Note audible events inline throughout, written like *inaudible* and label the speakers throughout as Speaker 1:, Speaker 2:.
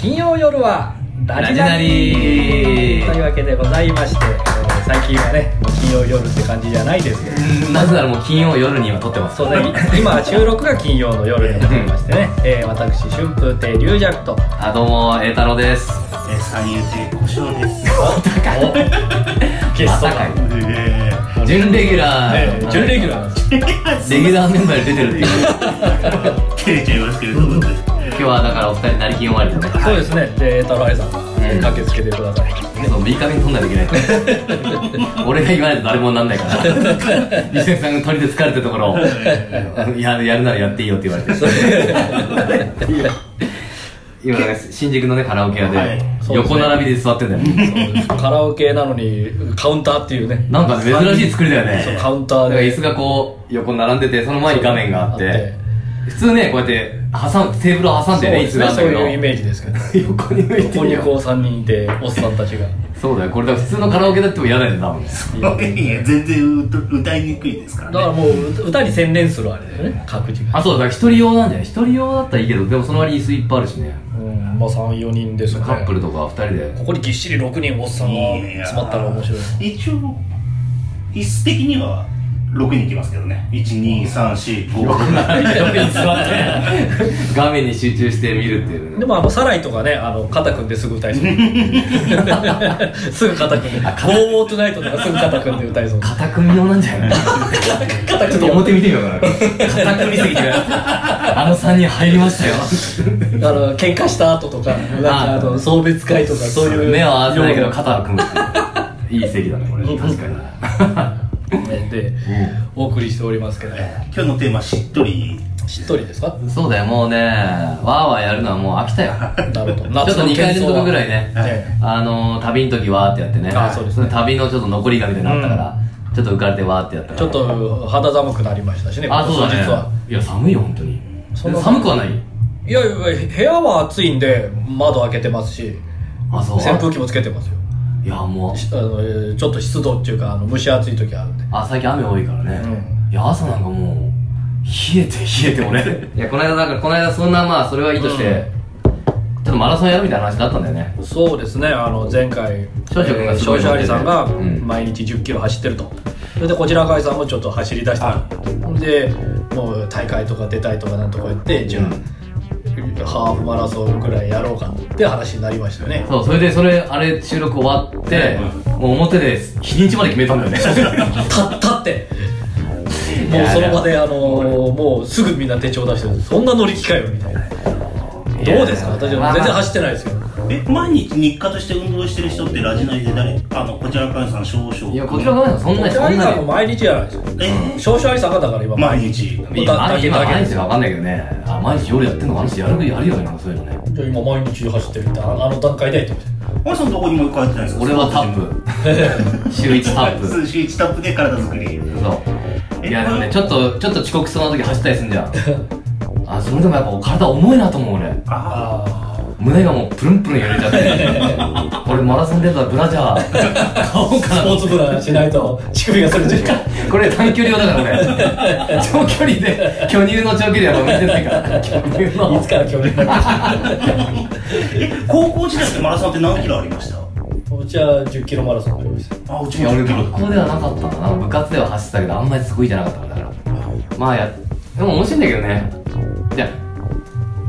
Speaker 1: 金曜夜はダジダリ
Speaker 2: ダジダリ
Speaker 1: というわけでございまして、えー最近はねもう金曜夜って感じじゃないですけど
Speaker 2: なぜならもう金曜夜には撮ってます
Speaker 1: そうね、今収録が金曜の夜になってましてね、えー、私春風亭龍尺と
Speaker 2: あどうも栄太郎です
Speaker 3: えー、三遊亭小翔です。
Speaker 1: ゲスト
Speaker 2: まさか
Speaker 1: が
Speaker 2: い
Speaker 3: え
Speaker 2: 準レギュラ
Speaker 1: え
Speaker 2: ー
Speaker 1: ー準レギュラーなんですよ
Speaker 2: レギュラーメンバーに出て
Speaker 1: *laughs*
Speaker 2: るっていう
Speaker 3: ー、切れちゃいますけれども、
Speaker 2: 今日はだからお二人成金終わりでね
Speaker 1: そうですねで太郎愛さんが
Speaker 2: うん
Speaker 1: 駆けつけてくださ *laughs* いました
Speaker 2: そういい加減撮んないといけない俺が言わないと誰もなんないから伊勢さんが鳥で疲れてるところをいややるならやっていいよって言われて今なんか新宿のねカラオケ屋
Speaker 3: はい
Speaker 1: そう
Speaker 2: で
Speaker 1: ですね
Speaker 2: 横並びで座ってんだよ
Speaker 1: カラオケなのにカウンターっていうね
Speaker 2: なんか珍しい作りだよね
Speaker 1: そうカウンタ
Speaker 2: な
Speaker 1: ー
Speaker 2: んか
Speaker 1: で
Speaker 2: 椅子がこう横並んでてその前に画面があっ
Speaker 1: あって
Speaker 2: て普通ねこうやって挟んテーブルを挟んでね椅
Speaker 1: そう
Speaker 2: 子
Speaker 1: で
Speaker 2: があ
Speaker 1: すね
Speaker 2: んだ
Speaker 1: そう
Speaker 2: けど
Speaker 1: いうイメージですけど
Speaker 2: 横に向いて
Speaker 1: ここにこう3人いておっさんたちが
Speaker 2: そうだよこれだから普通のカラオケだっても嫌だよね多分
Speaker 3: いや全然歌歌いにくいですか
Speaker 1: だからら
Speaker 3: ね。
Speaker 1: もう歌に専念するあれだよね各自が
Speaker 2: あそうだから一人用なんじゃない一人用だったらいいけどでもその割に椅子いっぱいあるしね
Speaker 1: うんまあ34人ですね
Speaker 2: カップルとか二人で
Speaker 1: ここにぎっしり6人おっさんが詰まったら面白い
Speaker 3: 一応椅子的には六人いきますけどね。一二三四五六。
Speaker 2: 画面に集中して見るっていう
Speaker 1: で
Speaker 2: ね
Speaker 1: もあのサライとかねあの肩組んですぐ歌い
Speaker 2: *laughs*
Speaker 1: そうすぐ肩組んで「ゴートゥナイト」とかすぐ肩組んで歌いそう
Speaker 2: 片組用なんじゃない
Speaker 1: 肩
Speaker 2: ちょっと
Speaker 1: 組ん
Speaker 2: 表見てみようかな片組すぎてあの三人入りましたよ
Speaker 1: であの喧嘩した後とかなんかあの送別会とかそういう
Speaker 2: 目は合わせないけど肩は組むっていういい席だねこれ確かに
Speaker 1: でお送りしておりますけど
Speaker 3: 今日のテーマしっとり。
Speaker 1: しっとりですか
Speaker 2: *laughs* そうだよもうねわーわーやるのはもう飽きたよ
Speaker 1: なるほど
Speaker 2: ちょっと2回連続ぐらいね、
Speaker 1: はい
Speaker 2: あのー旅の時わーってやってね
Speaker 1: あそうですね
Speaker 2: の旅のちょっと残りがみたいなのあったから、ちょっと浮かれてわーってやったから
Speaker 1: ちょっと肌寒くなりましたしね
Speaker 2: あそうだね
Speaker 1: 実はい
Speaker 2: や寒いよ本当に
Speaker 1: そんな
Speaker 2: 寒くはない
Speaker 1: いやいや部屋は暑いんで窓開けてますし
Speaker 2: あそう
Speaker 1: 扇風機もつけてますよ
Speaker 2: いやもう
Speaker 1: しあのえーちょっと湿度っていうかあの蒸し暑い時あるんで
Speaker 2: あ最近雨多いからね、いや朝なんかもう冷えて冷えて俺いやこの間だからこの間そんなまあそれはいいとして、ちょっとマラソンやるみたいな話だったんだよね
Speaker 1: そうですねあの前回
Speaker 2: 少々君がすごい
Speaker 1: 少々ありさんが
Speaker 2: うん
Speaker 1: 毎日1 0キロ走ってるとそれでこちら側さんもちょっと走り出したとでもう大会とか出たいとかなんとか言ってじゃあ、ハーフマラソンぐらいやろうかって話になりましたよね
Speaker 2: そうそれでそれあれ収録終わって、もう表で日にちまで決めたんだよね
Speaker 1: た立って *laughs* もうその場であのーもうすぐみんな手帳出してるそんな乗り気かよみたいなどうですか私は全然走ってないですけど
Speaker 3: え毎日日課として運動してる人ってラジナリで誰？あのこちらかんさん少々。
Speaker 2: いやこちら側はそんなにそん
Speaker 1: さ
Speaker 2: なん
Speaker 1: も
Speaker 2: に
Speaker 1: 毎日じゃないですか
Speaker 3: えー
Speaker 1: 少々ありさんがだから今
Speaker 3: 毎日。
Speaker 1: もう
Speaker 2: 今
Speaker 1: だだ
Speaker 2: 毎
Speaker 1: け
Speaker 2: 日
Speaker 1: だけ
Speaker 2: 毎日か分かんないけどねあ毎日夜やってんのかあの人やるやるよねなんかそういうのね
Speaker 1: じゃあ今毎日走ってるってああの段階でってこと
Speaker 3: お前さんどこにも帰ってないですか？
Speaker 2: 俺はタッ
Speaker 1: *laughs*
Speaker 2: プ週一タップ
Speaker 3: 数週一タップで体作り。
Speaker 2: そう
Speaker 3: え
Speaker 2: いやでもねちょっとちょっと遅刻しそうな時走ったりすんじゃんあそれでもやっぱ体重いなと思う俺
Speaker 3: あ
Speaker 1: あ
Speaker 2: 胸がもうプルンプルン揺れちゃって俺マラソン出たらブラジャー買おう
Speaker 1: あ
Speaker 2: か
Speaker 1: ス
Speaker 2: な
Speaker 1: ポーツブラしないと乳首がそれてるから
Speaker 2: これ短距離用だからね長距離で巨乳の長距離は見てないから巨乳の
Speaker 1: *laughs* いつから距離が
Speaker 3: あ。え高校時代ってマラソンって何キロありました？
Speaker 1: うちは1 0キロマラソンありました
Speaker 3: あうち
Speaker 2: いや
Speaker 3: も
Speaker 2: 俺
Speaker 3: 10キロ
Speaker 2: 学校ではなかったんだな部活では走ったけどあんまり得意じゃなかったからだからまあやでも面白いんだけどねじゃ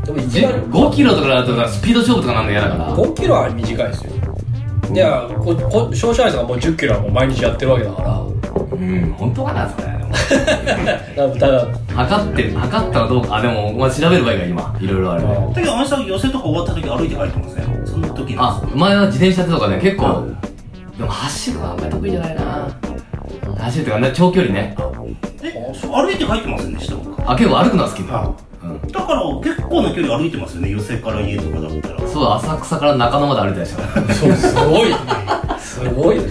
Speaker 1: でも
Speaker 2: あ
Speaker 1: 一番
Speaker 2: 5キロとかだとスピード勝負とかなんの嫌だから
Speaker 1: 5キロは短いですよいやここ少々ありさんがもう1 0キロはもう毎日やってるわけだから
Speaker 2: うん本当かなそれ
Speaker 1: だから
Speaker 2: 測って測ったらどうかあでも、まあ、調べる場合が今いろいろあるね
Speaker 3: だけど、あのさん、寄せとか終わった時歩いて帰ってますね。その時
Speaker 2: あ
Speaker 3: の。
Speaker 2: 前は自転車とかね結構でも走るのはあんまり得意じゃないな走るとかね長距離ね
Speaker 3: え、そう歩いて帰ってませんでした
Speaker 2: あ結構歩くのは好きだ、
Speaker 3: あ
Speaker 2: うん、
Speaker 3: だから、結構な距離歩いてますよね。寄せから家とかだったら。
Speaker 2: そうだ浅草から中野まで歩いたでしょ
Speaker 1: そうすごいねすごいね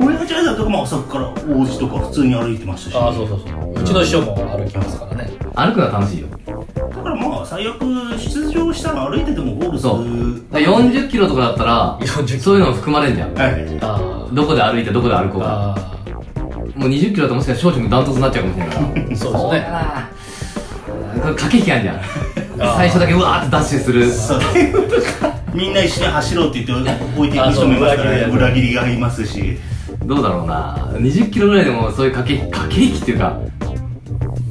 Speaker 3: 俺のチャイさんとかも朝から王子とか普通に歩いてましたし。
Speaker 1: ああそうそうそううちの師匠も歩きますからね
Speaker 2: 歩くのは楽しいよ
Speaker 3: だからまあ、最悪、出場したら歩いててもゴールす
Speaker 2: そう
Speaker 3: る。
Speaker 2: 4 0キロとかだったら
Speaker 1: 40
Speaker 2: そういうのも含まれんじゃん
Speaker 3: はい。
Speaker 1: あ
Speaker 2: どこで歩いてどこで歩こうか
Speaker 1: あ
Speaker 2: もう2 0キロだともしかしたら少々ダントツになっちゃうかもしれないから
Speaker 1: そうですね
Speaker 2: だなこれ駆け引きあんじゃん
Speaker 1: あー
Speaker 2: 最初だけうわーってダッシュする
Speaker 3: そうみんな一緒に走ろうって言って置いていく人もいますか
Speaker 1: あ
Speaker 3: ら
Speaker 1: そう
Speaker 3: 裏切りがいますし
Speaker 2: どうだろうな20キロぐらいでもそういう駆け駆け引きっていうか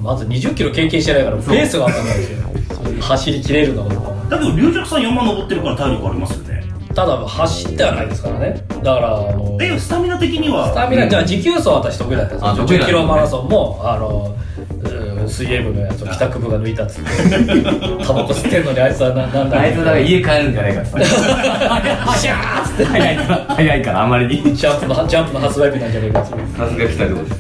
Speaker 1: まず20キロ経験してないから
Speaker 2: そう
Speaker 1: ペースが分かんないし走り切れるのかとかも
Speaker 3: だけど龍尺さん山登ってるから体力ありますよね
Speaker 1: ただ走ってはないですからねだからあの
Speaker 3: えスタミナ的には
Speaker 1: スタミナじゃあ持久走は私得意だった
Speaker 2: あ
Speaker 1: んです
Speaker 2: 得
Speaker 1: よ10
Speaker 2: 意なんだ
Speaker 1: キロマラソンもあのうん水泳部のやつを帰宅部が抜いたっつってタバコ吸ってんの *laughs* にあいつはななんだ
Speaker 2: あいつだから家帰るんじゃないかって
Speaker 1: シャーっつって
Speaker 2: 早いから *laughs* 早いからあまりに
Speaker 1: ジャンプのジャンプの発売日なんじゃねえかっつって
Speaker 2: さすが来たってことで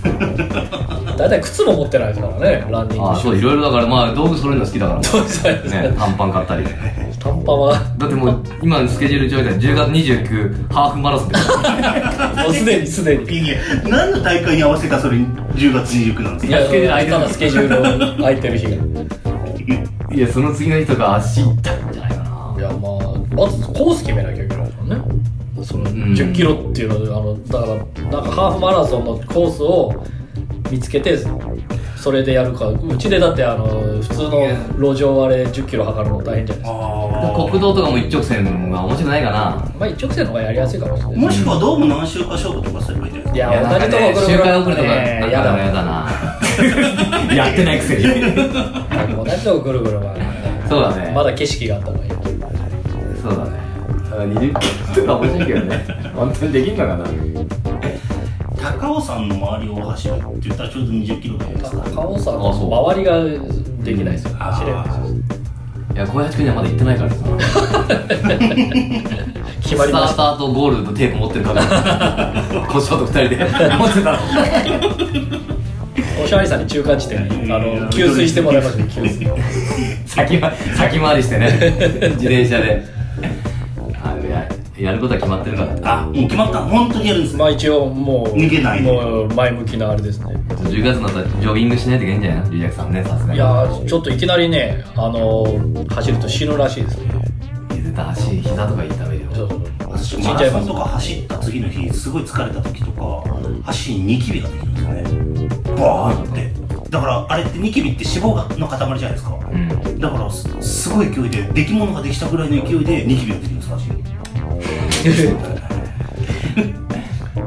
Speaker 2: す
Speaker 1: 大体靴も持ってないですからねランニング
Speaker 2: ああそういろいろだからまあ道具揃えるの好きだから
Speaker 1: そうです
Speaker 2: ね短パン買ったり
Speaker 1: 短パンは
Speaker 2: だってもう今のスケジュール帳みたいに10月29ハーフマラソンです
Speaker 1: もうすでにすでに
Speaker 3: いやいや何の大会に合わせたそれ10月29なんです
Speaker 1: い
Speaker 3: か
Speaker 1: や
Speaker 2: スケジュール空いてる
Speaker 1: ただスケジュールを空いてる日が
Speaker 2: *laughs* いやその次の日とか足痛いんじゃないかない
Speaker 1: やまあまずコース決めなきゃいけないからねその
Speaker 2: ん
Speaker 1: 10キロっていうのであのだからなんかハーフマラソンのコースを見つけてそれでやるかうちでだってあの普通の路上あれ10キロ測るの大変じゃないですか
Speaker 2: 国道とかも一直線の方が面白くないかな
Speaker 1: まあ一直線の方がやりやすいかもしれない
Speaker 3: もしくはドーム何周か勝負とかすればいいんじゃない
Speaker 1: い
Speaker 3: で
Speaker 1: や同じとこぐ
Speaker 2: 周
Speaker 1: るぐ
Speaker 2: 回
Speaker 1: る
Speaker 2: 遅れと
Speaker 1: ね
Speaker 2: かなん
Speaker 1: や
Speaker 2: かや
Speaker 1: だ
Speaker 2: だな *laughs* やってないくせに
Speaker 1: 同じとこぐるぐるはね
Speaker 2: そうだね
Speaker 1: まだ景色があった方がいい
Speaker 2: そうだね20キロ *laughs* とか面白いけどね本当にできんのかな
Speaker 3: すか高尾山の周りを走るって言ったらちょうど20キロぐらいですか
Speaker 1: 高尾山
Speaker 2: あそう
Speaker 1: の周りができないですよ
Speaker 3: あー
Speaker 1: 走れないですよ
Speaker 2: いや小林君にはまだ行ってないからさ
Speaker 1: 決まりまし
Speaker 2: スターターとゴールとテープ持ってる *laughs* から腰と二人で持ってたの
Speaker 1: たおしゃれさんに中間地点にあの給水してもらいました給水
Speaker 2: 先ま先回りしてね自転車であのややることは決まってるから
Speaker 3: あもう決まった本当にやるんですね
Speaker 1: まあ一応もう
Speaker 3: 抜けない
Speaker 1: もう前向きなあれですね
Speaker 2: 10月になったらジョギングしないといけないんじゃないのリュウジャクさんねさすが
Speaker 1: い
Speaker 2: に
Speaker 1: やーちょっといきなりねあのー走ると死ぬらしいですね
Speaker 2: 絶対足膝とか痛めるよ
Speaker 1: そうそう
Speaker 3: 私
Speaker 1: 死んじ
Speaker 3: マ
Speaker 1: ゃ
Speaker 3: ラ
Speaker 1: い
Speaker 3: ソ
Speaker 1: ま
Speaker 3: ン
Speaker 1: す
Speaker 3: とか走った次の日すごい疲れた時とか足にニキビができるんですよねバーってだからあれってニキビって脂肪がの塊じゃないですか
Speaker 2: うん
Speaker 3: だからすすごい勢いで出来物ができたぐらいの勢いでニキビができるんです足に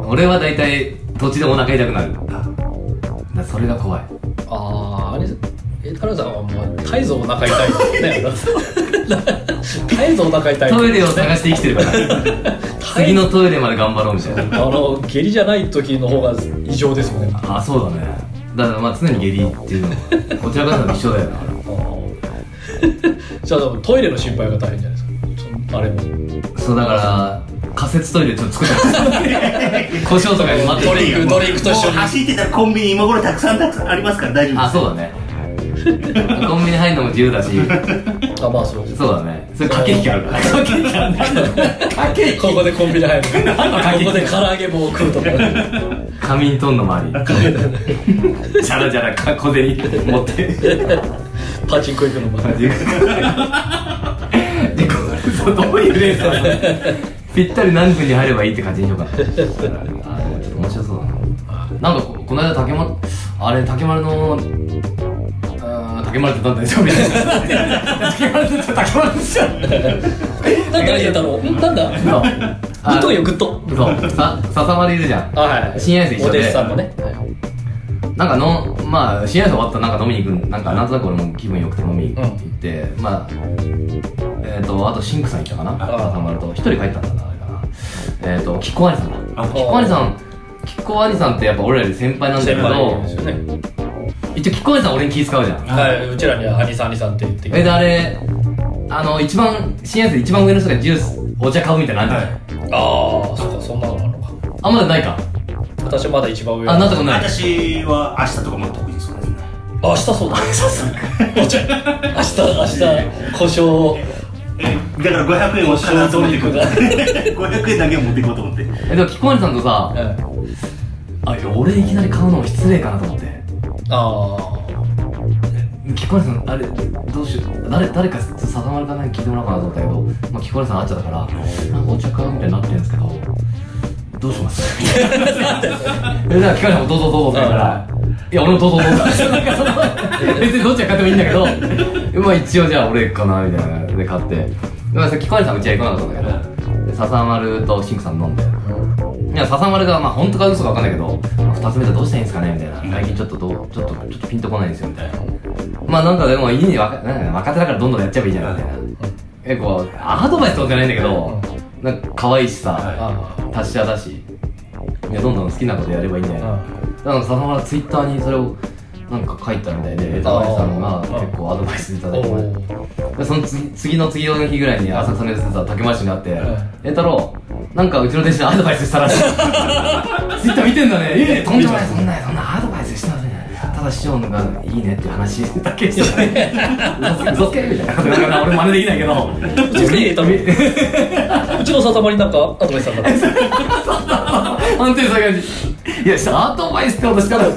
Speaker 2: 俺は大体途中でお腹痛くなるだからそれが怖い
Speaker 1: あーあれえ太郎さんはもう絶えずお腹痛いね絶えずお腹痛い
Speaker 2: トイレを探して生きてるから *laughs* 次のトイレまで頑張ろうみたいな
Speaker 1: あの下痢じゃない時の方が異常ですよね
Speaker 2: あそうだねだからまあ常に下痢っていうの *laughs* はこちらから一緒だよな
Speaker 1: じゃあでもトイレの心配が大変じゃないですかそのあれも
Speaker 2: そうだから仮設トイレちょっと作 *laughs* ってます胡椒とかに待って
Speaker 1: ドリンクドリンクと一緒に
Speaker 3: もう走ってたらコンビニ今頃たくさんたくさんありますから大丈夫です
Speaker 2: あそうだねコンビニ入るのも自由だし
Speaker 1: あまあそうです
Speaker 2: そうだねそれ駆け引きあるから駆け引きある駆け
Speaker 1: ここでコンビニ入るここで唐揚げ棒を食うとか
Speaker 2: 仮眠とんのもありじゃらじゃらか小銭持って
Speaker 1: パチンコ行くのも
Speaker 2: *laughs* でこれそうどういうレースなのぴったり何分に入ればいいって感じにしようかなあでもちょっと面白そうだななんかここの間竹丸あれ竹丸のあー竹丸って何だよみたい *laughs* な竹丸って竹丸でしょ
Speaker 1: なんで出たのんなんだ
Speaker 2: そう
Speaker 1: グッドよグッド
Speaker 2: そうさ笹丸いるじゃん
Speaker 1: あはい
Speaker 2: 新アイス一緒で
Speaker 1: お弟子さんのね
Speaker 2: なんかのまあ試合終わったらなんか飲みに行くなんかなんとなく俺も気分良くて飲みに行って、まあえっ、とあとシンクさん行ったかな
Speaker 1: あ
Speaker 2: 挟まると一人帰ったんだなあれかなえっ、とキッコーアニさんだ
Speaker 3: あ
Speaker 2: キッコーアニさんキッコーアニさんってやっぱ俺らより先輩なんだけ
Speaker 1: 先輩です
Speaker 2: ど
Speaker 1: よね
Speaker 2: 一応キッコーアニさん俺に気使うじゃん
Speaker 1: はいうちらには兄さん兄さんって言って
Speaker 2: えであれあの一番新アイスで一番上の人がジュースお茶買うみたいなのあるじゃん、
Speaker 1: ああそっかそんなのあるのか
Speaker 2: あんまだないか
Speaker 1: 私まだ一番上
Speaker 2: あなったことない
Speaker 3: 私は明日とかも得意ですからね
Speaker 1: あ明日そうだ明日そう明日明日故障
Speaker 3: だから500円を必ず持ってく
Speaker 1: そうそう
Speaker 3: る500円だけ持っていこうと思って
Speaker 2: えでもキッコーアニさんとさ、
Speaker 1: うん
Speaker 2: あいや俺いきなり買うのも失礼かなと思って
Speaker 1: あ
Speaker 2: キコレさんあれどうしよう誰誰か定まるか何か聞いてもらおうかなと思ったけど、まあ、キコレさん会っちゃったからなんかお茶買うみたいになってるんですけ *laughs* どどうしますえだからキコレさんもどうぞどうぞって言うからいや俺もどうぞどうぞなんかその *laughs* 別にどっちが買ってもいいんだけどまあ一応じゃあ俺かなみたいなで買ってまあさっき小林さんうちは行かなかったんだけどで笹丸とシンクさん飲んでいや笹丸がまあ本当か嘘か分かんないけど、まあ、2つ目でどうしたらいいんですかねみたいな最近ちょっとどうちょっとちょっとピンとこないんですよみたいなまあなんかでもいいに若なんかね若手だからどんどんやっちゃえばいいじゃないみたいな結構アドバイスとかじゃないんだけどなんか可愛いしさ、
Speaker 1: あ
Speaker 2: 達者だしいやどんどん好きなことやればいいんじゃないだからさまツイッターにそれをなんか書いたみたいで江田さんが結構アドバイスいた
Speaker 1: あ
Speaker 2: だいてもらってでその次次の次の日ぐらいに浅草のやつは竹町に会って「え太郎なんかうちの弟子のアドバイス *laughs* したらしい」「ツイッター見てんだね」ええとんでもないそんなそんなアドバイスしてませんただ師匠のがいいねっていう話だけしてたね嘘つけみたいなだから俺真似できないけど
Speaker 1: 嘘つけ江太郎
Speaker 2: 見見
Speaker 1: うちのさたまになんかアドバイスさんだった
Speaker 2: 安定した感じいやしたアドバイスってことしたら
Speaker 1: う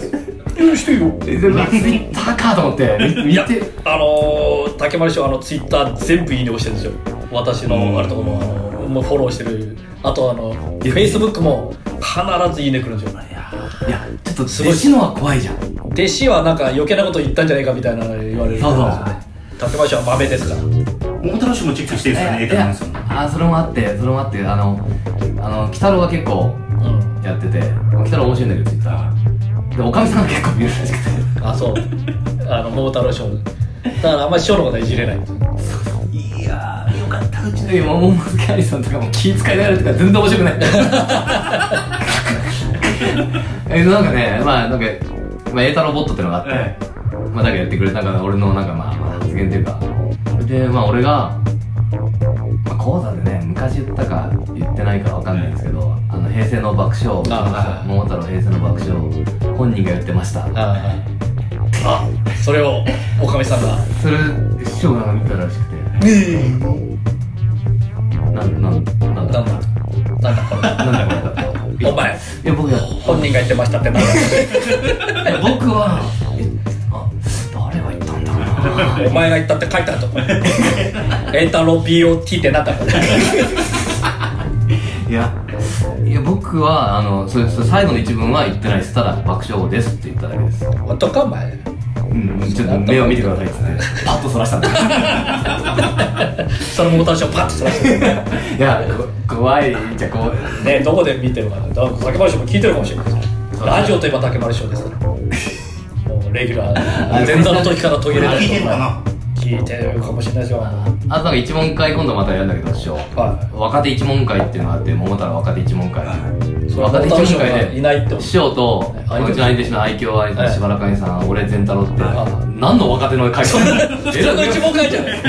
Speaker 1: んしてるよ
Speaker 2: えでもツイッターかと思ってみ
Speaker 1: い
Speaker 2: 見
Speaker 1: や
Speaker 2: て
Speaker 1: あのー、竹丸師匠あのツイッター全部いいね押してるんですよ私のあれとかもあのもうフォローしてるあとあのフェイスブックも必ずいいねくるんですよ
Speaker 2: いやちょっと弟
Speaker 1: すごい
Speaker 2: 子のは怖いじゃんそう
Speaker 1: 弟子はなんか余計なこと言ったんじゃないかみたいなの言われる
Speaker 2: そう
Speaker 1: 竹丸師匠は豆ですから
Speaker 3: 桃太郎氏もチェックしてるんですよね、
Speaker 2: い
Speaker 3: 江田
Speaker 2: や
Speaker 3: さんですよ。
Speaker 2: あそれもあってそれもあってあのあの鬼太郎が結構
Speaker 1: うん
Speaker 2: やってて鬼太郎面白いんだけどツイッターでおかみさんが結構見るらしくて
Speaker 1: あそうあの桃太郎師匠だからあんまり師匠のことはいじれない
Speaker 3: いやー、よかった、うちの
Speaker 2: でもももずきありさんとかも気遣いながらとか全然面白
Speaker 3: *laughs*
Speaker 2: くないえなんかねまあなんかまあ、エータロボットってのがあって、
Speaker 3: え
Speaker 2: まあ、だけやってくれたなんか俺のなんか、まあ、まあ発言というかでまあ俺が、まあ、講座でね昔言ったか言ってないかわかんないんですけど、あの平成の爆笑
Speaker 1: ああ
Speaker 2: 桃太郎平成の爆笑本人が言ってました
Speaker 1: ああそれをおかみさんが
Speaker 2: それ師匠が見たらしくてなんなんなん
Speaker 1: な
Speaker 2: だ
Speaker 1: んだなんだこ
Speaker 2: なんだこれ
Speaker 1: れお前
Speaker 2: いや僕や
Speaker 1: 本人が言ってましたってなる
Speaker 2: いや僕はえあ誰が言ったんだろうな
Speaker 1: お
Speaker 2: *laughs*
Speaker 1: 前が言ったって書いてあるとこエンタロ BOT ってなんだこれ
Speaker 2: いやいや僕はあのそれそれ最後の一文は言ってないですただ爆笑ですって言っただけです
Speaker 1: 本当かお前
Speaker 2: うんちょっと目を見てくださいっつってパッとそらしたんだ
Speaker 1: その桃太郎師匠パッとそらしてね
Speaker 2: *laughs* いやこ怖いじゃこう
Speaker 1: えどこで見てるかなだから竹丸師匠も聞いてるかもしれないラジオといえば竹丸師匠 *laughs* ですからもうレギュラー前座の時から途切れない
Speaker 3: 聞いてるかな
Speaker 1: 聞いてるかもしれないですよは
Speaker 2: あとなんか一問会今度またやるんだけど師匠若手一問会っていうのがあって桃太郎若手一問会
Speaker 1: いそれは
Speaker 2: 若手
Speaker 1: 桃
Speaker 2: 一
Speaker 1: 太郎師
Speaker 2: 問
Speaker 1: 匠
Speaker 2: 会
Speaker 1: が
Speaker 2: で
Speaker 1: いないってこと
Speaker 2: 師匠と
Speaker 1: はいう
Speaker 2: ちの兄弟子の愛嬌兄さん柴らあいさん俺善太郎って
Speaker 1: はい
Speaker 2: 何の若手の会社
Speaker 1: *laughs* 普通の一問会じゃない普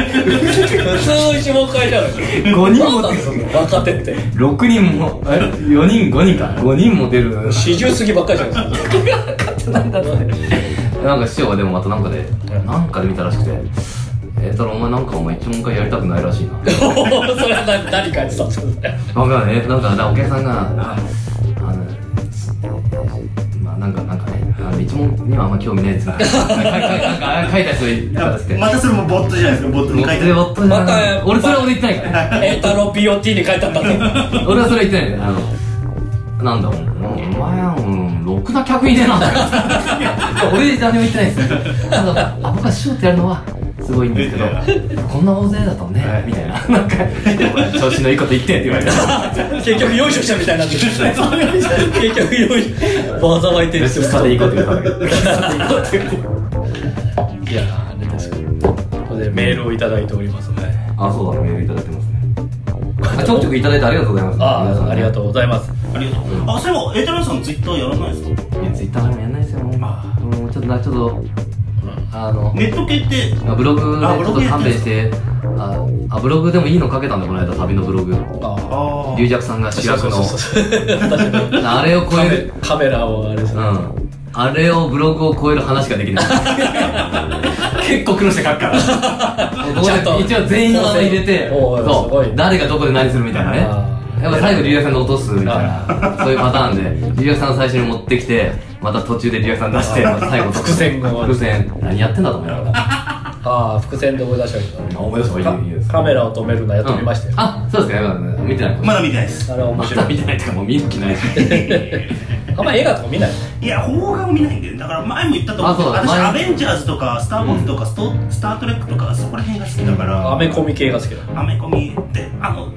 Speaker 1: 通の一問会じゃない
Speaker 2: 五人
Speaker 1: 何
Speaker 2: も
Speaker 1: なんですか若手って
Speaker 2: 6人もえ4人5人か5人も出る
Speaker 1: 四十過ぎばっかりじゃないですか若手なんだ
Speaker 2: なんか師匠がでもまたなんかで
Speaker 1: うん
Speaker 2: なんかで見たらしくて「えー、たらお前なんかお前一問会やりたくないらしいな」
Speaker 1: それは何何書いてたんですか
Speaker 2: わかんないなんかだからお客さんがあのまあなんかなんかねあの一問にはあんま興味ないですねなんか書いた人いたらしくて
Speaker 3: またそれもボットじゃないですか、ボットに書いてある。
Speaker 2: ボットじゃ
Speaker 1: ま
Speaker 2: ない
Speaker 1: た
Speaker 2: 俺それは俺言ってないから
Speaker 1: 栄太郎 POT に書いてあったんだ
Speaker 2: 俺はそれ言ってないねあのなんだお前お前はうんろくな客いねえな俺誰も言ってないですあのあ僕は師匠ってやるのはすごいんですけどこんな大勢だとね、みたいななんかお前調子のいいこと言ってって言われた
Speaker 1: 結局よいしょしたみたいになってる結局よいしょわざわいてる
Speaker 2: 別に下で行こうって言われたんだけ
Speaker 1: いやーあ
Speaker 2: ど
Speaker 1: れですけどこれでメールをいただいておりますね
Speaker 2: あそうだメールいただいてますねあちょくちょくいただいてありがとうございます
Speaker 1: ああありがと
Speaker 2: う
Speaker 1: うございます
Speaker 3: ありがとう。あ、そういえば、エタラさんツイッターやらないですか
Speaker 2: いやツイッターもやんないですよもう
Speaker 3: あ
Speaker 2: もうちょっとなちょっとあの
Speaker 3: ネット系って、
Speaker 2: まあブログでち
Speaker 3: あブ
Speaker 2: ょ
Speaker 3: ロ
Speaker 2: っ
Speaker 3: グ
Speaker 2: と
Speaker 3: やって
Speaker 2: 勘
Speaker 3: る
Speaker 2: 弁してああブログでもいいの書けたんだこの間旅のブログ
Speaker 1: あ
Speaker 3: あ
Speaker 2: 龍尺さんが主役の
Speaker 1: そうそうそうそう私の
Speaker 2: あれを超
Speaker 1: カ
Speaker 2: え
Speaker 1: メ
Speaker 2: る
Speaker 1: カメラをあれです
Speaker 2: う
Speaker 1: ね
Speaker 2: んあれをブログを超える話ができ
Speaker 1: *laughs*
Speaker 2: ない結構苦労して書くからここ
Speaker 1: ちゃんと
Speaker 2: で一応全員の名前入れて
Speaker 1: おうすご
Speaker 2: そ
Speaker 1: いう
Speaker 2: 誰がどこで何するみたいなね
Speaker 1: あー
Speaker 2: やっぱ最後龍尺さんの落とすみたいなそういうパターンで龍尺さん最初に持って
Speaker 1: *laughs*
Speaker 2: きてまた途中で龍尺さん出してまた最後
Speaker 1: 伏線を *laughs*
Speaker 2: 伏線何やってんだと思いながら
Speaker 1: ああ、伏線で思い出したけ
Speaker 2: あ
Speaker 1: ど。
Speaker 2: 思い出した方がいいいいです
Speaker 1: カメラを止めるのやっと見ましたよ。
Speaker 2: あそうですかよかった見てない
Speaker 3: まだ見てないです
Speaker 1: あれは面
Speaker 2: ま
Speaker 1: 白
Speaker 2: だ見
Speaker 1: い。
Speaker 2: てないっていうかもう見る気
Speaker 1: *laughs*
Speaker 2: ないし
Speaker 1: あんま映画とか見ない
Speaker 3: いや邦画を見ないんでだから前も言ったと思うけど
Speaker 2: あそうだ
Speaker 3: 私
Speaker 2: 前
Speaker 3: アベンジャーズとかスター・ウォーズとかスト、スター・トレックとかそこら辺が好きだから
Speaker 1: アメコミ系が好きだ。
Speaker 3: アメコミってあの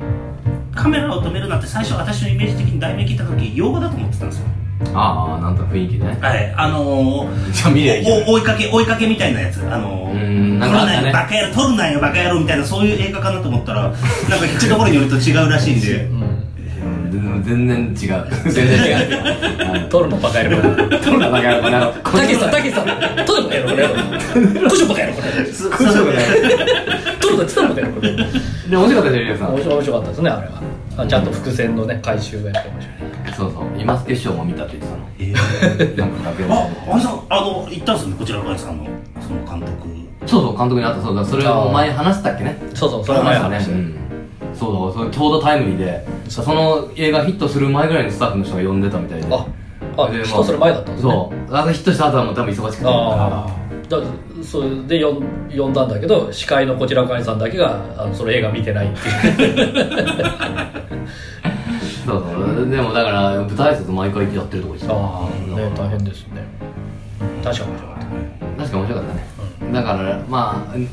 Speaker 3: カメラを止めるなんて最初私のイメージ的に題名聞いた時用語だと思ってたんですよ
Speaker 2: ああなんとなく雰囲気
Speaker 1: *laughs*
Speaker 2: ね
Speaker 3: はいあのー
Speaker 2: じゃあ見りゃいいじゃん
Speaker 3: お追いかけ追いかけみたいなやつあの
Speaker 2: う
Speaker 3: ー
Speaker 2: んなん
Speaker 3: 撮
Speaker 2: かあ
Speaker 3: ら
Speaker 2: った
Speaker 3: ない
Speaker 2: ね
Speaker 3: よバカ野郎撮るなよバカ野郎みたいなそういう映画かなと思ったらなんか聞くところによると違うらしいんで
Speaker 1: うん。
Speaker 2: うん全然違う全然違うはい
Speaker 1: 撮るのバカやろ、これ。
Speaker 2: 撮るなバカ野郎この野郎
Speaker 1: たけしさん、たけしさん。撮るのバカやろ、これ。こしょバカやろ、これ。
Speaker 3: そ
Speaker 2: この
Speaker 3: そ
Speaker 2: 人
Speaker 3: う
Speaker 2: がね
Speaker 1: 撮るの撮るのバカやろ、これ。
Speaker 2: で面白かったでしょゆうさん
Speaker 1: 面白い面白かったですね、あれは。あちゃんと伏線のね、回収がやって面白い。
Speaker 2: そうそう今助師匠も見たって言って
Speaker 3: えー
Speaker 2: たのなんか楽屋
Speaker 3: あ
Speaker 2: で
Speaker 3: あれさんあの行ったんですよねこちらの会さんのその監督
Speaker 2: そうそう監督に会ったそうだそれはお前話したっけね
Speaker 1: そうそう、それは前の話
Speaker 2: ね、うん、そうだそれちょうどタイムリーでその映画ヒットする前ぐらいにスタッフの人が呼んでたみたいで
Speaker 1: あ、あ、
Speaker 2: でまあ
Speaker 1: 人それ前だったんですね。
Speaker 2: そうあのヒットした後はもう多分忙しくて
Speaker 1: ああだそれでよん呼んだんだけど司会のこちらかいさんだけがあのその映画見てないっていう
Speaker 2: そうそうでもだから舞台挨拶毎回やってるとこ行ってた
Speaker 1: ああね大変ですね確かに面白かった
Speaker 2: 確か面白かったね、だからまあうん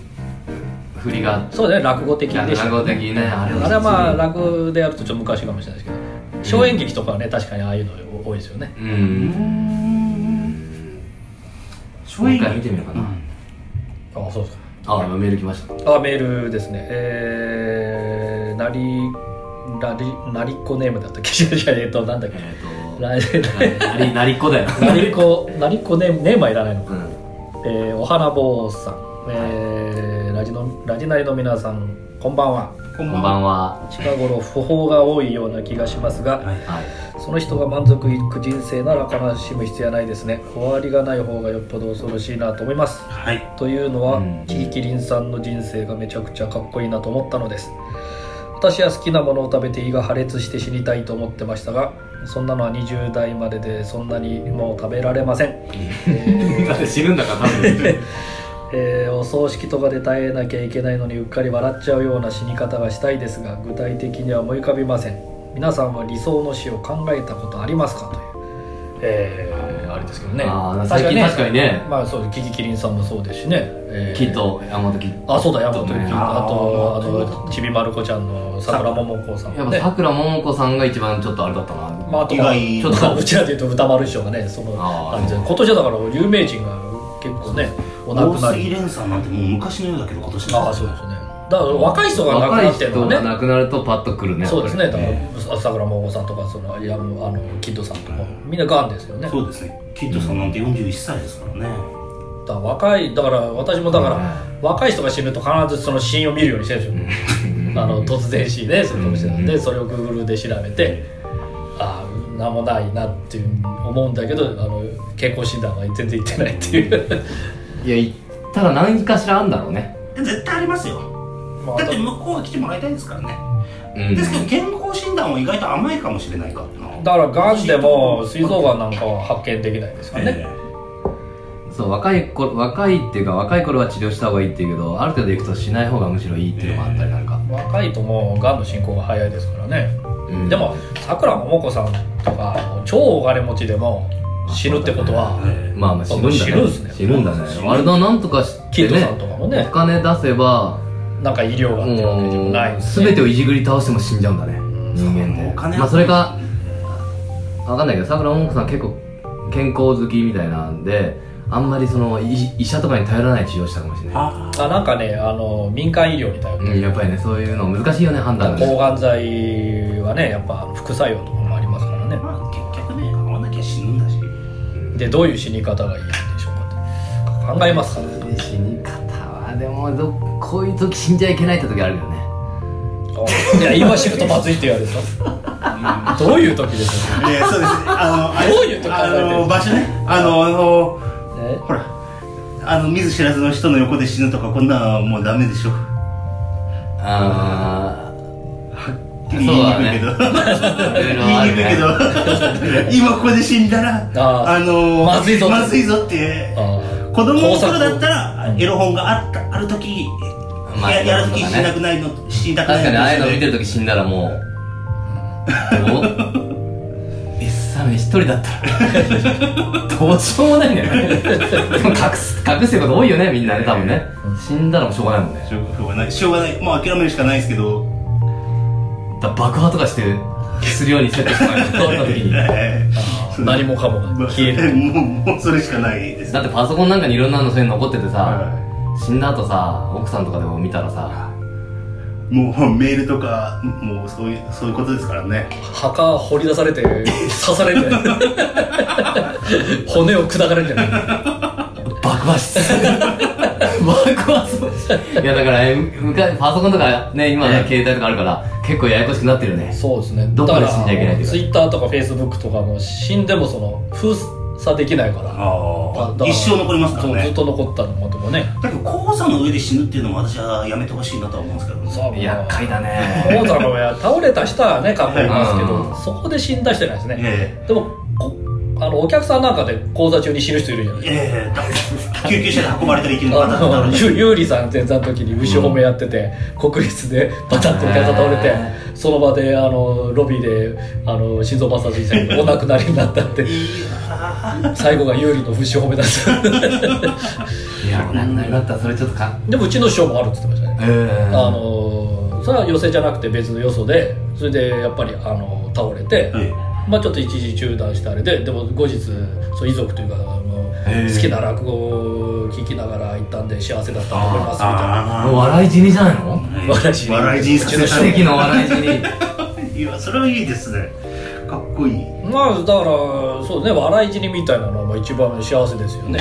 Speaker 2: 振りが
Speaker 1: そうだね落語的でした
Speaker 2: 落
Speaker 1: ね
Speaker 2: 語的ねあれ
Speaker 1: あれはまあ落語でやるとちょっと昔かもしれないですけど小演劇とかはね確かにああいうの多いですよね
Speaker 2: う
Speaker 3: うんん
Speaker 2: もう一回見てみようかな、
Speaker 1: ああそうです
Speaker 2: あメール来ました
Speaker 1: かあメールですねえー、なりなりなりっこネームだったっけ *laughs* じゃあえっとなんだっけ
Speaker 2: えっ、
Speaker 1: 来年
Speaker 2: となり *laughs* なりっ
Speaker 1: *laughs*
Speaker 2: こだよ
Speaker 1: なりっこなりっこネームネームはいらないのか
Speaker 2: うん
Speaker 1: えーお花坊さん、えーラジのラジナリの皆さんこんばんは
Speaker 3: こ
Speaker 2: こんばんは
Speaker 1: 近頃訃報が多いような気がしますが、
Speaker 3: はい
Speaker 2: はい
Speaker 1: その人が満足いく人生なら悲しむ必要はないですね終わりがない方がよっぽど恐ろしいなと思います
Speaker 3: はい
Speaker 1: というのは、
Speaker 2: うん
Speaker 1: キーキリンさんの人生がめちゃくちゃかっこいいなと思ったのです私は好きなものを食べて胃が破裂して死にたいと思ってましたがそんなのは20代まででそんなにもう食べられません、 *laughs* えー
Speaker 2: だって死ぬんだから多分
Speaker 1: えーお葬式とかで耐えなきゃいけないのにうっかり笑っちゃうような死に方がしたいですが具体的には思い浮かびません皆さんは理想の死を考えたことありますかというえーあれですけどね
Speaker 2: ああ最近確かにね
Speaker 1: まあそうキキキリンさんもそうですしね、えー
Speaker 2: きっと山本きっ
Speaker 1: あそうだ山本
Speaker 2: とね
Speaker 1: 君
Speaker 2: あ
Speaker 1: あとあ
Speaker 3: あー
Speaker 1: のちびまる子ちゃんのさくらももこさん
Speaker 2: や
Speaker 1: も
Speaker 2: っぱ
Speaker 1: ね
Speaker 2: さくらももこさんが一番ちょっとあれだったな、
Speaker 1: まあ、あと
Speaker 3: 意
Speaker 1: は
Speaker 3: 外
Speaker 1: ちょっとうちらでいうと歌丸師匠がねその
Speaker 2: あー
Speaker 1: 感じで今年はだから有名人が結構ねお亡
Speaker 3: 大
Speaker 1: くなり
Speaker 3: 杉蓮さんなんてもう昔のようだけど今年
Speaker 1: ああそうですねだから若い人が亡くなってるの
Speaker 2: 若い
Speaker 1: が
Speaker 2: 人が
Speaker 1: ね
Speaker 2: 亡くなるとパッと来るね
Speaker 1: そうですねだか
Speaker 2: やっぱり
Speaker 1: ら朝倉桃さんとかそのいやあのキッドさんとかみんなガンですよねだか
Speaker 3: そうですねキッドさんなんて41歳ですからね
Speaker 1: ら若いだから私もだから若い人が死ぬと必ずその死因を見るようにしてるんですよあの突然死ねそれかもしれないんでそれをグーグルで調べてああ何もないなっていう思うんだけどあの健康診断は全然行ってないっていう *laughs*
Speaker 2: いや行ったら何かしらあんだろうね
Speaker 3: 絶対ありますよ
Speaker 1: まあ
Speaker 3: だって向こうは来てもらいたいですからね
Speaker 2: うん
Speaker 3: ですけど健康診断は意外と甘いかもしれないからな
Speaker 1: だからがんでも膵臓がんなんかは発見できないですからね
Speaker 3: え
Speaker 2: そう若い頃若いっていうか若い頃は治療した方がいいっていうけどある程度行くとしない方がむしろいいっていうのもあったりなんか、
Speaker 1: 若いともうがんの進行が早いですからね、
Speaker 2: うん
Speaker 1: でもさくらももこさんとか超お金持ちでも死ぬってことは、
Speaker 3: え
Speaker 2: まあまあ死ぬんだね
Speaker 1: 死ぬんすね
Speaker 2: 死ぬんだね
Speaker 3: 死ぬ
Speaker 2: あれだなんとかして
Speaker 1: キッ
Speaker 2: ね
Speaker 1: ドさんとかもね
Speaker 2: お金出せば
Speaker 1: なんか医療があってるわけでも
Speaker 2: も
Speaker 1: ないん
Speaker 2: う
Speaker 1: ですね
Speaker 2: 全てをいじぐり倒しても死んじゃうんだね人間
Speaker 3: お
Speaker 2: って
Speaker 3: 金
Speaker 2: まあそれかわかんないけどさくらももこさん結構健康好きみたいなんであんまりその医医者とかに頼らない治療したかもしれない
Speaker 3: あ
Speaker 1: あなんかねあの民間医療に頼って
Speaker 2: うんやっぱりねそういうの難しいよね判断がね
Speaker 1: 抗がん剤はねやっぱ副作用とかもありますからね
Speaker 3: まあ結局ね会わなきゃ死ぬんだし
Speaker 1: でどういう死に方がいいんでしょうかって考えますからね
Speaker 2: *laughs* 死に方はでもどこういう時死んじゃいけないって時あるよね
Speaker 1: あいや今死ぬとまずいって言われるさどういう時ですか *laughs*
Speaker 3: えそうですあの
Speaker 1: あれどういうとこ考えてる
Speaker 3: あの場所ねあのあの
Speaker 1: え
Speaker 3: ほらあの見ず知らずの人の横で死ぬとかこんなのもうダメでしょ
Speaker 2: あ
Speaker 3: 言いにくいけ
Speaker 2: あいろい
Speaker 3: ど
Speaker 2: ろあ
Speaker 3: 言い
Speaker 2: る
Speaker 3: にくい
Speaker 2: ね
Speaker 3: けど今ここで死んだら
Speaker 1: あー
Speaker 3: あの
Speaker 1: まずいぞ
Speaker 3: まずいぞって
Speaker 1: あー
Speaker 3: 子供の頃だったらエロ本があったある時、
Speaker 2: まあ
Speaker 3: ややる
Speaker 2: エ
Speaker 3: 時
Speaker 2: ロ本とかね
Speaker 3: 死なくないの死にたくない
Speaker 2: 確かにああいう
Speaker 3: の
Speaker 2: の見てる時死んだらもうどうえっさめ一人だったらどうしようもないんだよねでも隠す隠してること多いよねみんなね多分ね死んだらもうしょうがないもんね
Speaker 3: しょうがないしょうがないもう諦めるしかないですけど
Speaker 2: だから爆破とかしてするようにセットしてもらえるとった時に
Speaker 3: え
Speaker 1: あー何もかも
Speaker 3: え
Speaker 1: が消える
Speaker 3: *laughs* もうもうそれしかないです
Speaker 2: だってパソコンなんかにいろんなのそういうの残っててさ
Speaker 3: は
Speaker 2: 死んだ後さ奥さんとかでも見たらさ
Speaker 3: もうメールとかもうそういうそういうことですからね
Speaker 1: 墓掘り出されて刺されて骨を砕かれるんじゃない
Speaker 2: 爆破室爆破室いやだからえむかパソコンとかね今ね携帯とかあるから結構ややこしくなってるよね
Speaker 1: そうですね
Speaker 2: どこで死んじゃいけないっていうか
Speaker 1: ツイッターとかフェイスブックとかも死んでもその封鎖できないから
Speaker 3: あ
Speaker 1: だから
Speaker 3: 一生残りますから
Speaker 1: そうずっ
Speaker 3: ね
Speaker 1: と残ったのもともね
Speaker 3: だけど黄砂の上で死ぬっていうのも私はやめてほしいなとは思うんですけどね
Speaker 1: そう
Speaker 2: 厄介だね
Speaker 1: 王座の親倒れた人はね過去いますけ
Speaker 2: う
Speaker 1: ど
Speaker 2: ん
Speaker 1: そこで死んだ人いないですね
Speaker 3: え
Speaker 1: でもこあのお客さんなんかで講座中に死ぬ人いるじゃない
Speaker 3: えええだ救急車で運ばれたらいけるのか
Speaker 1: あ
Speaker 3: なと
Speaker 1: の
Speaker 3: 思って
Speaker 1: ゆゆうりさん前座の時に牛褒めやってて、国立でバタッとお客さん倒れて
Speaker 2: へ
Speaker 1: その場であのロビーであの心臓マッサージしてお亡くなりになったって最後が有利の牛褒めだった
Speaker 2: いやお亡くなりだったらそれちょっとか
Speaker 1: でもうちの師匠もあるって言ってましたね
Speaker 2: う、ーん
Speaker 1: あのそれは寄席じゃなくて別のよそでそれでやっぱりあの倒れて、
Speaker 3: え
Speaker 1: まあ、ちょっと一時中断してあれででも後日そう遺族というかあの
Speaker 2: へー
Speaker 1: 好きな落語を聞きながら行ったんで幸せだったと思いますみたいな
Speaker 3: あ
Speaker 2: もう笑い死にじゃないの
Speaker 3: あ
Speaker 1: 笑い死に
Speaker 3: 笑い死にさせ
Speaker 2: 奇
Speaker 3: たい
Speaker 2: 跡の笑い死に
Speaker 3: いやそれはいいですねかっこいい
Speaker 1: まあだからそうね笑い死にみたいなのが一番幸せですよね、